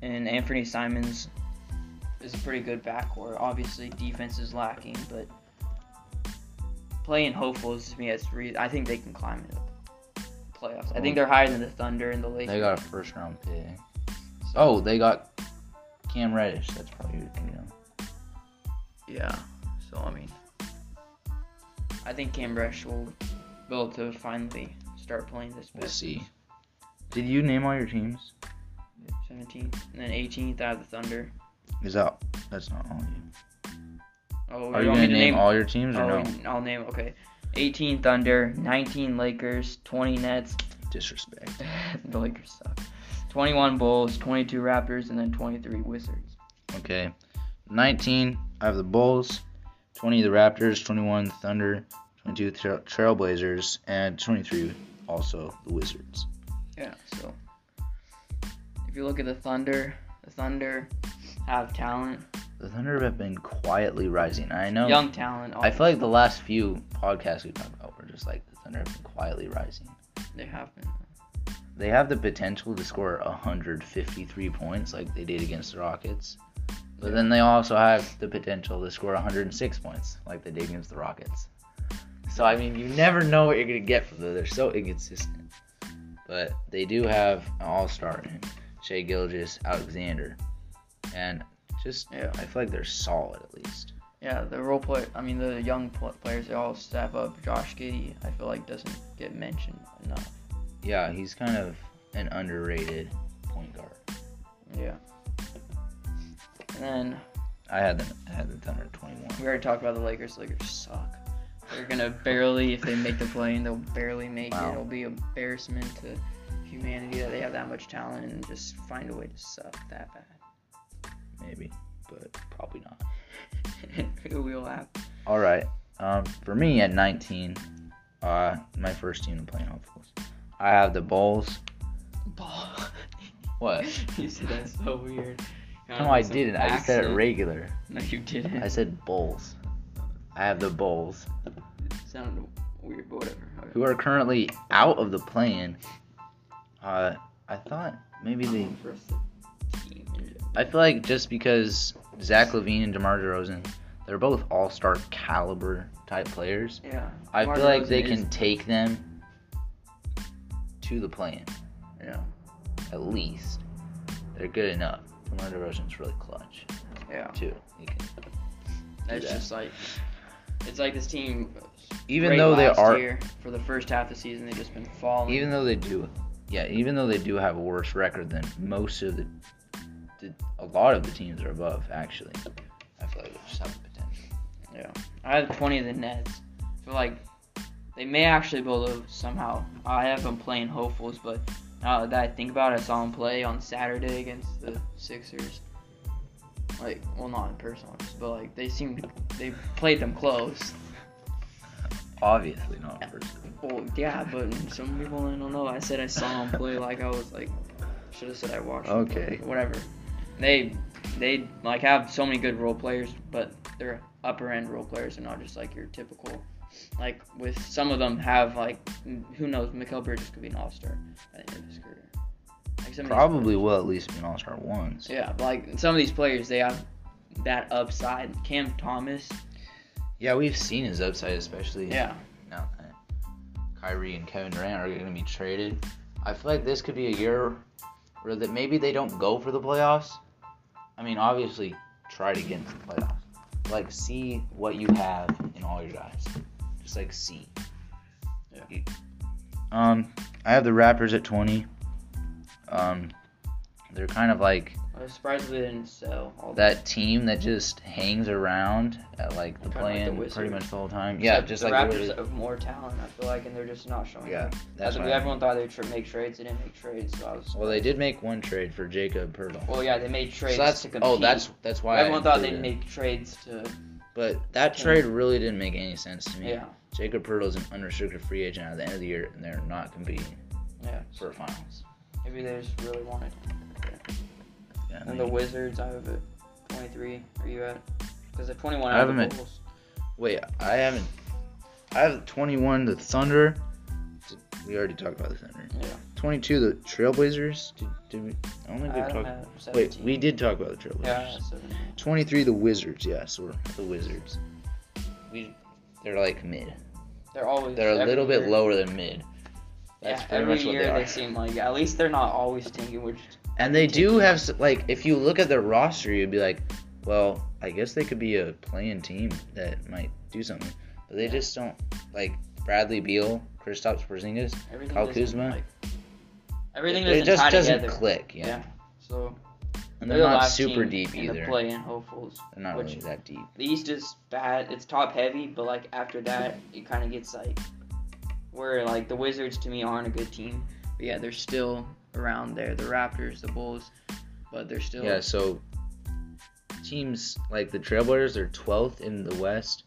Speaker 2: and Anthony Simons is a pretty good backcourt. Obviously, defense is lacking, but playing hopefuls to me as re- I think they can climb it. Playoffs. I think they're higher than the Thunder and the Lakers.
Speaker 1: they got a first round pick. Oh, they got Cam Reddish. That's probably who you know.
Speaker 2: Yeah. So I mean, I think Cam Rush will be able to finally start playing this
Speaker 1: We'll
Speaker 2: best.
Speaker 1: see. Did you name all your teams?
Speaker 2: 17th and then 18th. I have the Thunder.
Speaker 1: Is that that's not all you?
Speaker 2: Oh,
Speaker 1: Are you
Speaker 2: want
Speaker 1: gonna
Speaker 2: me
Speaker 1: name,
Speaker 2: to
Speaker 1: all your teams or
Speaker 2: Oh,
Speaker 1: no?
Speaker 2: I'll name. Okay. 18 Thunder, 19 Lakers, 20 Nets.
Speaker 1: Disrespect.
Speaker 2: the Lakers suck. 21 Bulls, 22 Raptors, and then 23 Wizards.
Speaker 1: Okay. 19, I have the Bulls. 20, the Raptors. 21, Thunder. 22, tra- Trailblazers. And 23, also the Wizards.
Speaker 2: Yeah. So if you look at the Thunder, the Thunder have talent,
Speaker 1: The Thunder have been quietly rising. I know.
Speaker 2: young talent.
Speaker 1: I feel like the last few podcasts we talked about were just like the Thunder have been quietly rising.
Speaker 2: they have been.
Speaker 1: They have the potential to score 153 points like they did against the Rockets. But then they also have the potential to score 106 points like they did against the Rockets. So, I mean, you never know what you're going to get from them. They're so inconsistent. But they do have an all star in Shea Gilgis Alexander. And just,
Speaker 2: Yeah.
Speaker 1: I feel like they're solid at least.
Speaker 2: Yeah, the role player. I mean, the young pl- players they all step up. Josh Giddy, I feel like doesn't get mentioned enough.
Speaker 1: Yeah, he's kind of an underrated point guard.
Speaker 2: Yeah. And then
Speaker 1: I had them, I had the Thunder at 21.
Speaker 2: we already talked about the Lakers. Lakers suck. They're gonna barely, if they make the play, and they'll barely make it. It'll be embarrassment to humanity that they have that much talent and just find a way to suck that bad.
Speaker 1: Maybe, but probably not.
Speaker 2: it will happen.
Speaker 1: All right. Um, for me at 19, uh, my first team to play in hopefuls. I have the Bulls.
Speaker 2: Ball.
Speaker 1: What?
Speaker 2: you said that so weird.
Speaker 1: No, I didn't. I just said it regular.
Speaker 2: No, you didn't.
Speaker 1: I said Bulls. I have the Bulls,
Speaker 2: It sounded weird, but whatever. Okay.
Speaker 1: who are currently out of the play-in. Uh, I thought maybe they.
Speaker 2: First team.
Speaker 1: I feel like just because Zach Levine and DeMar DeRozan, they're both all-star caliber type players.
Speaker 2: Yeah.
Speaker 1: I
Speaker 2: Mark
Speaker 1: feel like they
Speaker 2: DeRozan
Speaker 1: can
Speaker 2: is-
Speaker 1: take them to the play-in. You know, at least they're good enough. DeMar DeRozan's really clutch
Speaker 2: Yeah.
Speaker 1: too. He can
Speaker 2: That's
Speaker 1: that.
Speaker 2: just like. It's like this team. uh,
Speaker 1: Even
Speaker 2: great
Speaker 1: though they
Speaker 2: last
Speaker 1: are-
Speaker 2: year, for the first half of the season, they've just been falling.
Speaker 1: even though they do yeah even though they do have a worse record than most of the, the a lot of the teams are above actually i feel like they just have the potential
Speaker 2: I have 20 of the Nets. So, like, they may actually blow those somehow. I have them playing hopefuls, but now that I think about it, I saw them play on Saturday against the Sixers. Like, well, not in person, obviously, but, like, they seemed, they played them close.
Speaker 1: obviously not first
Speaker 2: Well, yeah, but some people I don't know. I said I saw them play like I was, like, should have said I watched them play,
Speaker 1: Okay.
Speaker 2: but whatever. They, they, like, have so many good role players, but they're upper end role players and not just, like, your typical like with some of them have like m- who knows Mikael Bridges could be an all star at the end of his career. Like some of these
Speaker 1: probably will at least be an all-star once
Speaker 2: players- yeah, but like some of these players they have that upside. Cam Thomas,
Speaker 1: yeah we've seen his upside especially
Speaker 2: yeah,
Speaker 1: now that kyrie and kevin durant are going to be traded i feel like this could be a year where that maybe they don't go for the playoffs i mean obviously try to get into the playoffs like see what you have in all your guys just like see
Speaker 2: Yeah.
Speaker 1: um i have the raptors at 20 um they're kind of like
Speaker 2: I was surprised they didn't sell all
Speaker 1: that team that just hangs around at like the
Speaker 2: Kinda like
Speaker 1: play-in
Speaker 2: the Wizards.
Speaker 1: pretty much the whole time yeah
Speaker 2: Except
Speaker 1: just
Speaker 2: the
Speaker 1: like the
Speaker 2: Raptors
Speaker 1: Wizards.
Speaker 2: have more talent. I feel like, and they're just not showing.
Speaker 1: yeah
Speaker 2: it.
Speaker 1: that's
Speaker 2: I
Speaker 1: what
Speaker 2: think
Speaker 1: I mean.
Speaker 2: everyone thought they'd tr- make trades. They didn't make trades, so I was.
Speaker 1: Well, they did make one trade for Jacob Purtle.
Speaker 2: Well, yeah, they made trades
Speaker 1: so that's
Speaker 2: to compete.
Speaker 1: oh, that's that's why I
Speaker 2: everyone thought they'd
Speaker 1: included it.
Speaker 2: make trades to.
Speaker 1: But that
Speaker 2: Yeah.
Speaker 1: trade really didn't make any sense to me.
Speaker 2: Yeah,
Speaker 1: Jacob Purtle is an unrestricted free agent at the end of the year, and they're not competing
Speaker 2: yeah.
Speaker 1: for finals.
Speaker 2: Maybe they just really wanted.
Speaker 1: Yeah,
Speaker 2: And the
Speaker 1: maybe.
Speaker 2: Wizards, I have at 23. Are you at? Because at 21, I
Speaker 1: I have
Speaker 2: have the
Speaker 1: them at-
Speaker 2: Bulls.
Speaker 1: Wait, I haven't. I have 21 the Thunder. Did- We already talked about the Thunder.
Speaker 2: Yeah.
Speaker 1: 22 the Trailblazers. Did, did we? I don't think
Speaker 2: I
Speaker 1: we
Speaker 2: have them
Speaker 1: talked.
Speaker 2: at 17.
Speaker 1: Wait, we did talk about the Trailblazers.
Speaker 2: Yeah, 17.
Speaker 1: 23 the Wizards. Yeah, so we're the Wizards. We, they're like mid.
Speaker 2: They're always.
Speaker 1: They're a
Speaker 2: every
Speaker 1: little bit
Speaker 2: year-
Speaker 1: lower than mid.
Speaker 2: Yeah,
Speaker 1: That's pretty
Speaker 2: every
Speaker 1: much what
Speaker 2: year
Speaker 1: they are.
Speaker 2: seem like. At least they're not always tanking, which.
Speaker 1: and they do
Speaker 2: taking-
Speaker 1: have s- like if you look at their roster, you'd be like, well, I guess they could be a playing team that might do something, but they
Speaker 2: Yeah.
Speaker 1: just don't like Bradley Beal, Kristaps Porzingis.
Speaker 2: Everything
Speaker 1: Kyle
Speaker 2: doesn't,
Speaker 1: Kuzma.
Speaker 2: Like, everything
Speaker 1: it
Speaker 2: doesn't
Speaker 1: just
Speaker 2: tie
Speaker 1: doesn't
Speaker 2: together.
Speaker 1: click. Yeah,
Speaker 2: Yeah. So
Speaker 1: and they're,
Speaker 2: the
Speaker 1: not
Speaker 2: last
Speaker 1: super
Speaker 2: team
Speaker 1: deep
Speaker 2: in
Speaker 1: either.
Speaker 2: The play in hopefuls.
Speaker 1: they're not
Speaker 2: which-
Speaker 1: really that deep.
Speaker 2: The East is bad. It's top heavy, but like after that, it kind of gets like where like the Wizards to me aren't a good team. But yeah, they're still around there. The Raptors, the Bulls, but they're still
Speaker 1: Yeah, so teams like the Trailblazers, they're 12th in the West.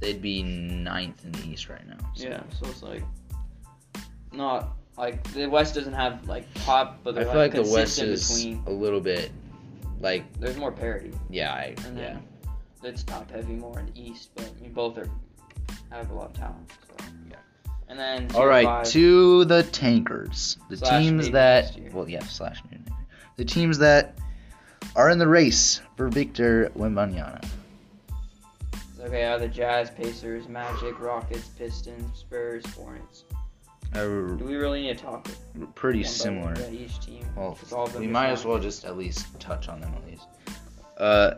Speaker 1: They'd be ninth in the East right now. So
Speaker 2: yeah. So it's like not like the West doesn't have like top, but
Speaker 1: I
Speaker 2: they're
Speaker 1: feel like the West
Speaker 2: consistent
Speaker 1: is
Speaker 2: between.
Speaker 1: a little bit like
Speaker 2: There's more parity,
Speaker 1: yeah, I,
Speaker 2: and
Speaker 1: yeah.
Speaker 2: then it's top heavy more in the East. But I mean, both are have a lot of talent. So.
Speaker 1: Yeah.
Speaker 2: And then
Speaker 1: All right,
Speaker 2: five,
Speaker 1: to the tankers, the
Speaker 2: Slash
Speaker 1: teams
Speaker 2: maybe
Speaker 1: that
Speaker 2: next year.
Speaker 1: well, yeah, slash maybe next year. the teams that are in the race for Victor Wembanyama.
Speaker 2: Okay, I have the Jazz, Pacers, Magic, Rockets, Pistons, Spurs, Hornets.
Speaker 1: Are
Speaker 2: Do we really need to talk one
Speaker 1: pretty
Speaker 2: by
Speaker 1: similar.
Speaker 2: one about each team?
Speaker 1: Well,
Speaker 2: 'Cause all of them
Speaker 1: we
Speaker 2: are
Speaker 1: might
Speaker 2: fine.
Speaker 1: as well just at least touch on them at least. Uh,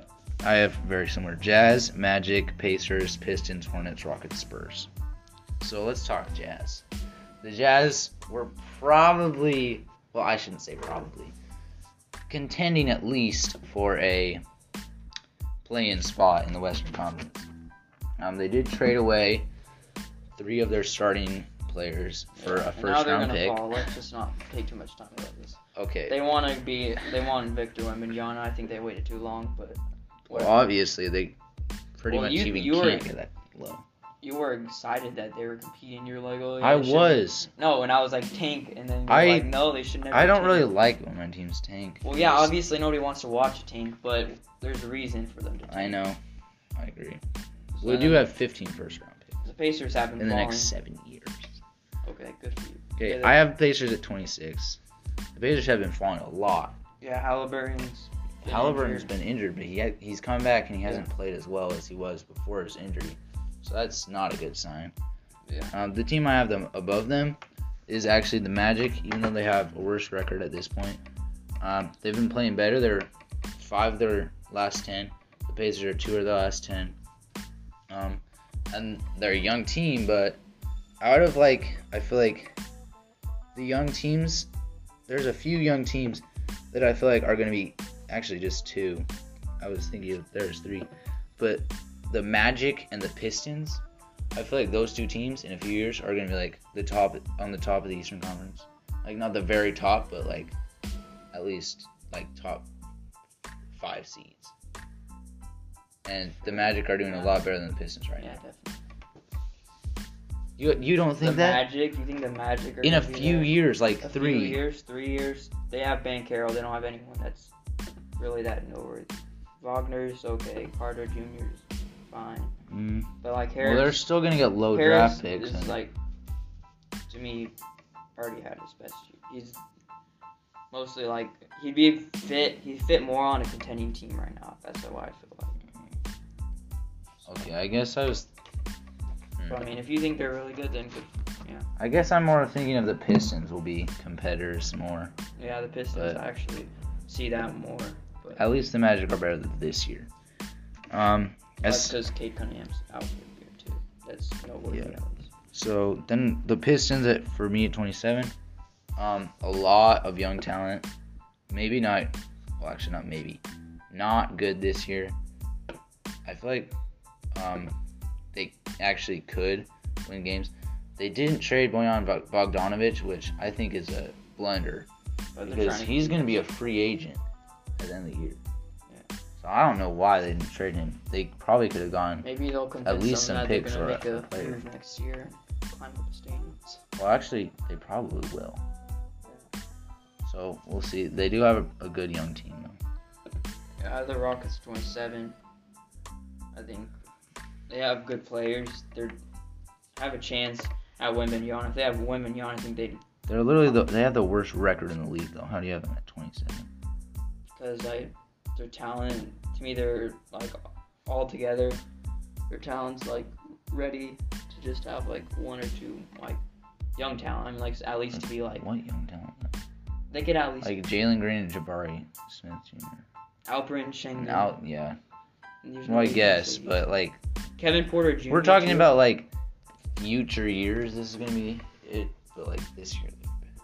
Speaker 1: I have very similar Jazz, Magic, Pacers, Pistons, Hornets, Rockets, Spurs. So let's talk Jazz. The Jazz were probably, well, I shouldn't say probably, contending at least for a play-in spot in the Western Conference. Um, they did trade away three of their starting players for a
Speaker 2: Yeah, and now
Speaker 1: first
Speaker 2: they're
Speaker 1: round
Speaker 2: gonna
Speaker 1: pick.
Speaker 2: Fall. Let's just not take too much time about this.
Speaker 1: Okay.
Speaker 2: They want to be. They want Victor Wembanyama. I think they waited too long, but
Speaker 1: well, obviously they pretty
Speaker 2: Well,
Speaker 1: much
Speaker 2: you-
Speaker 1: even
Speaker 2: you were-
Speaker 1: can't get that low.
Speaker 2: you were excited that they were competing. You're like, oh, yeah,
Speaker 1: I
Speaker 2: they should-
Speaker 1: was.
Speaker 2: No, and I was like, tank, and then you're
Speaker 1: I-
Speaker 2: like, no, they should never.
Speaker 1: I don't
Speaker 2: tank.
Speaker 1: really like when my team's tank.
Speaker 2: Well, yeah,
Speaker 1: because-
Speaker 2: obviously nobody wants to watch a tank, but there's a reason for them to. Tank.
Speaker 1: I know. I agree.
Speaker 2: So
Speaker 1: We do have 15 first round picks
Speaker 2: The Pacers have been
Speaker 1: in the
Speaker 2: falling.
Speaker 1: next seven years.
Speaker 2: Okay, good for you. Yeah,
Speaker 1: Okay,
Speaker 2: they-
Speaker 1: I have Pacers at 26. The Pacers have been falling a lot.
Speaker 2: Yeah, Halliburton's. been
Speaker 1: Halliburton's
Speaker 2: injured.
Speaker 1: been injured, but he had, he's come back and he hasn't played as well as he was before his injury. So that's not a good sign.
Speaker 2: Yeah.
Speaker 1: Um, the team I have them above them is actually the Magic, even though they have a worse record at this point. Um, they've been playing better. They're five of their last ten. The Pacers are two of the last ten. Um, and they're a young team, but out of like, I feel like the young teams, there's a few young teams that I feel like are going to be actually just two. I was thinking there's three, but the Magic and the Pistons, I feel like those two teams in a few years are going to be like the top on the top of the Eastern Conference. Like not the very top, but like at least like top five seeds. And the Magic are doing a lot better than the Pistons right now.
Speaker 2: Yeah, definitely.
Speaker 1: You you don't think
Speaker 2: the
Speaker 1: that
Speaker 2: Magic. You think the Magic are
Speaker 1: in a
Speaker 2: gonna be
Speaker 1: few
Speaker 2: there?
Speaker 1: years, like
Speaker 2: A few
Speaker 1: three,
Speaker 2: years, three years. They have Bankero. They don't have anyone that's really that noteworthy. Wagner's okay. Carter Jr.'s fine.
Speaker 1: Mm.
Speaker 2: But like
Speaker 1: well, they're
Speaker 2: Harris,
Speaker 1: still gonna get low
Speaker 2: Harris
Speaker 1: Oh, draft picks.
Speaker 2: is
Speaker 1: and-
Speaker 2: like to me already had his best year. He's mostly like he'd be fit. He'd fit more on a contending team right now. That's why I feel like.
Speaker 1: okay, I guess I was. Hmm.
Speaker 2: But I mean, if you think they're really good, then good.
Speaker 1: I guess I'm more thinking of the Pistons will be competitors more.
Speaker 2: yeah, the Pistons
Speaker 1: But-
Speaker 2: I actually see that more.
Speaker 1: At least the Magic are better than this year. Um,
Speaker 2: That's
Speaker 1: as,
Speaker 2: because Kate Cunningham's out for a year too. That's no
Speaker 1: Yeah.
Speaker 2: worries.
Speaker 1: so then the Pistons at for me at 27, um, a lot of young talent. Maybe not. Well, actually, not maybe. Not good this year. I feel like um, they actually could win games. They didn't trade Boyan Bog- Bogdanovich, which I think is a blunder.
Speaker 2: But they're
Speaker 1: because
Speaker 2: trying
Speaker 1: he's going to be a free agent at the end of the year.
Speaker 2: Yeah.
Speaker 1: So I don't know why they didn't trade him. They probably could have gone.
Speaker 2: Maybe they'll convince at
Speaker 1: least
Speaker 2: least
Speaker 1: some
Speaker 2: them that they're
Speaker 1: picks
Speaker 2: gonna
Speaker 1: for
Speaker 2: make
Speaker 1: a
Speaker 2: a
Speaker 1: player.
Speaker 2: move next year and climb up the standings.
Speaker 1: Well, actually, they probably will. So we'll see. They do have a, a good young team though.
Speaker 2: Yeah, the Rockets 27. I think they have good players. They have a chance at Wembanyama. If they have Wembanyama, I think they
Speaker 1: They're literally the, they have the worst record in the league though. How do you have them at 27?
Speaker 2: because I their talent to me they're like all together. Their talent's like ready to just have like one or two like young talent. I mean, like at least to be like
Speaker 1: What young talent?
Speaker 2: they could at least
Speaker 1: Like Jalen Green and Jabari Smith Jr.
Speaker 2: Alperin Shengun.
Speaker 1: Now, yeah.
Speaker 2: There's
Speaker 1: Well, I
Speaker 2: nobody
Speaker 1: guess,
Speaker 2: else.
Speaker 1: but like
Speaker 2: Kevin Porter Jr.
Speaker 1: we're talking
Speaker 2: too.
Speaker 1: about like future years. This is gonna be it, but like this year.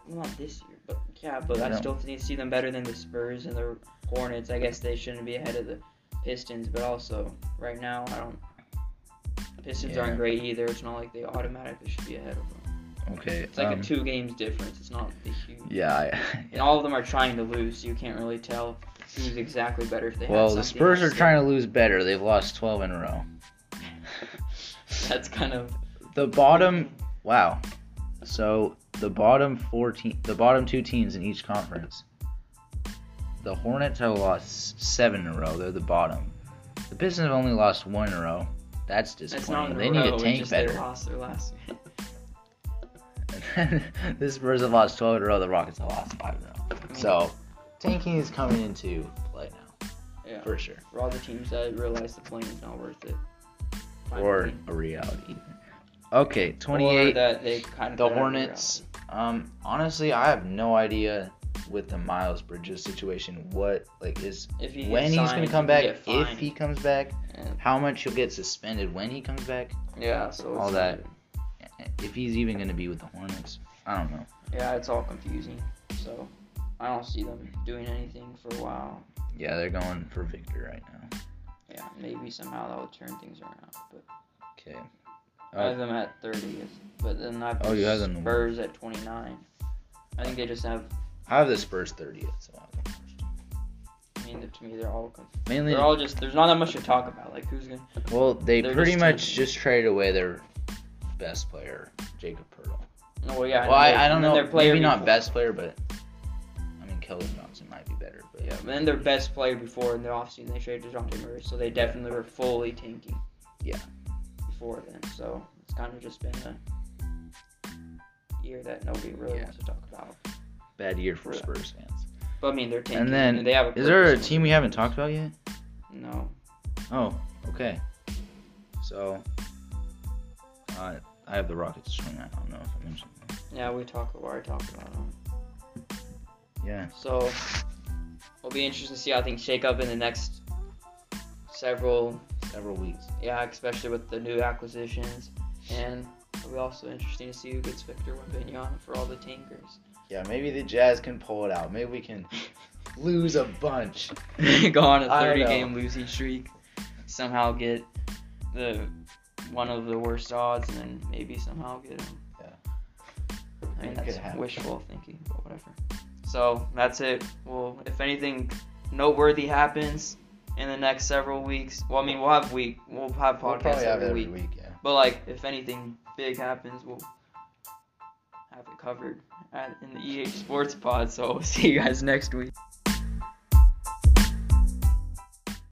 Speaker 2: Well, not this year, but yeah, but
Speaker 1: I
Speaker 2: I
Speaker 1: know.
Speaker 2: still think see them better than the Spurs and the Hornets. I guess they shouldn't be ahead of the Pistons, but also right now I don't. The Pistons
Speaker 1: Yeah.
Speaker 2: aren't great either. It's not like they automatically should be ahead of them.
Speaker 1: Okay.
Speaker 2: It's like
Speaker 1: um,
Speaker 2: a two games difference. It's not the huge.
Speaker 1: Yeah. I,
Speaker 2: And all of them are trying to lose, so you can't really tell who's exactly better if they. had
Speaker 1: Well, the
Speaker 2: something
Speaker 1: Spurs are
Speaker 2: instead.
Speaker 1: trying to lose better. They've lost 12 in a row.
Speaker 2: That's kind of
Speaker 1: The bottom, wow. So the bottom four te- the bottom two teams in each conference. The Hornets have lost seven in a row. They're the bottom. The Pistons have only lost one in a row. That's
Speaker 2: that's not.
Speaker 1: disappointing.
Speaker 2: In
Speaker 1: They
Speaker 2: a
Speaker 1: need
Speaker 2: row,
Speaker 1: to
Speaker 2: it's
Speaker 1: tank
Speaker 2: just they
Speaker 1: better.
Speaker 2: lost their last.
Speaker 1: the Spurs have lost 12 in a row. The Rockets have lost five in a row. So tanking is coming into play now
Speaker 2: yeah.
Speaker 1: for sure.
Speaker 2: For all the teams that realize the plane is not worth it.
Speaker 1: or
Speaker 2: Finally.
Speaker 1: a reality. Okay,
Speaker 2: Or
Speaker 1: 28.
Speaker 2: that they kind of
Speaker 1: the
Speaker 2: put out
Speaker 1: Hornets. Um, honestly, I have no idea with the Miles Bridges situation what like is
Speaker 2: there. If he
Speaker 1: when
Speaker 2: gets
Speaker 1: he's
Speaker 2: signed,
Speaker 1: gonna come
Speaker 2: he
Speaker 1: back,
Speaker 2: get
Speaker 1: if
Speaker 2: fined.
Speaker 1: he comes back,
Speaker 2: And-
Speaker 1: how much he'll get suspended when he comes back,
Speaker 2: yeah, so
Speaker 1: all
Speaker 2: it's-
Speaker 1: that. if he's even gonna be with the Hornets. I don't know.
Speaker 2: Yeah, it's all confusing. So I don't see them doing anything for a while.
Speaker 1: Yeah, they're going for Victor right now.
Speaker 2: Yeah, maybe somehow that will turn things around. But
Speaker 1: Okay.
Speaker 2: I have them at 30th, but then I have
Speaker 1: Oh,
Speaker 2: the
Speaker 1: you have them.
Speaker 2: Spurs at 29. I think they just have.
Speaker 1: I have the Spurs 30th. So I have them first.
Speaker 2: I mean, to me, they're all. com-
Speaker 1: Mainly,
Speaker 2: They're all just. There's not that much to talk about. Like who's gonna?
Speaker 1: well, they
Speaker 2: they're
Speaker 1: pretty
Speaker 2: just
Speaker 1: much
Speaker 2: teams.
Speaker 1: just traded away their best player, Jacob Pertle.
Speaker 2: No, well, yeah.
Speaker 1: well,
Speaker 2: and
Speaker 1: I, I
Speaker 2: then-
Speaker 1: don't
Speaker 2: and then
Speaker 1: know.
Speaker 2: Their player
Speaker 1: Maybe not
Speaker 2: before-
Speaker 1: best player, but I mean, Kelvin Johnson might be better. But
Speaker 2: Yeah, and then their best player before in the offseason they traded Dejounte Murray, so they definitely were fully tanking.
Speaker 1: Yeah.
Speaker 2: Before then, so it's kind of just been a year that nobody really
Speaker 1: Yeah.
Speaker 2: wants to talk about.
Speaker 1: bad year for
Speaker 2: Yeah.
Speaker 1: Spurs fans.
Speaker 2: But I mean, they're tanking.
Speaker 1: And then,
Speaker 2: they have a
Speaker 1: is there a
Speaker 2: purpose.
Speaker 1: team we haven't talked about yet?
Speaker 2: No.
Speaker 1: Oh, okay. So, uh, I have the Rockets 29. I don't know if I mentioned that.
Speaker 2: Yeah, we talk. We already talked about them.
Speaker 1: Yeah.
Speaker 2: So it'll be interesting to see how things shake up in the next several.
Speaker 1: Several weeks.
Speaker 2: Yeah, especially with the new acquisitions, and it'll be also interesting to see who gets Victor Wembanyama for all the tankers.
Speaker 1: Yeah, maybe the Jazz can pull it out. Maybe we can lose a bunch.
Speaker 2: go on a
Speaker 1: I don't
Speaker 2: 30 game losing streak, somehow get the one of the worst odds, and then maybe somehow get him.
Speaker 1: Yeah.
Speaker 2: I mean
Speaker 1: It could
Speaker 2: that's
Speaker 1: happen.
Speaker 2: wishful thinking, but whatever. So that's it. Well, if anything noteworthy happens in the next several weeks, well, I mean we'll have week, we'll have podcasts
Speaker 1: We'll probably have
Speaker 2: every,
Speaker 1: it every
Speaker 2: week.
Speaker 1: week, yeah.
Speaker 2: But like, if anything big happens, we'll E have it covered at, in the EH Sports Pod. So we'll see you guys next week.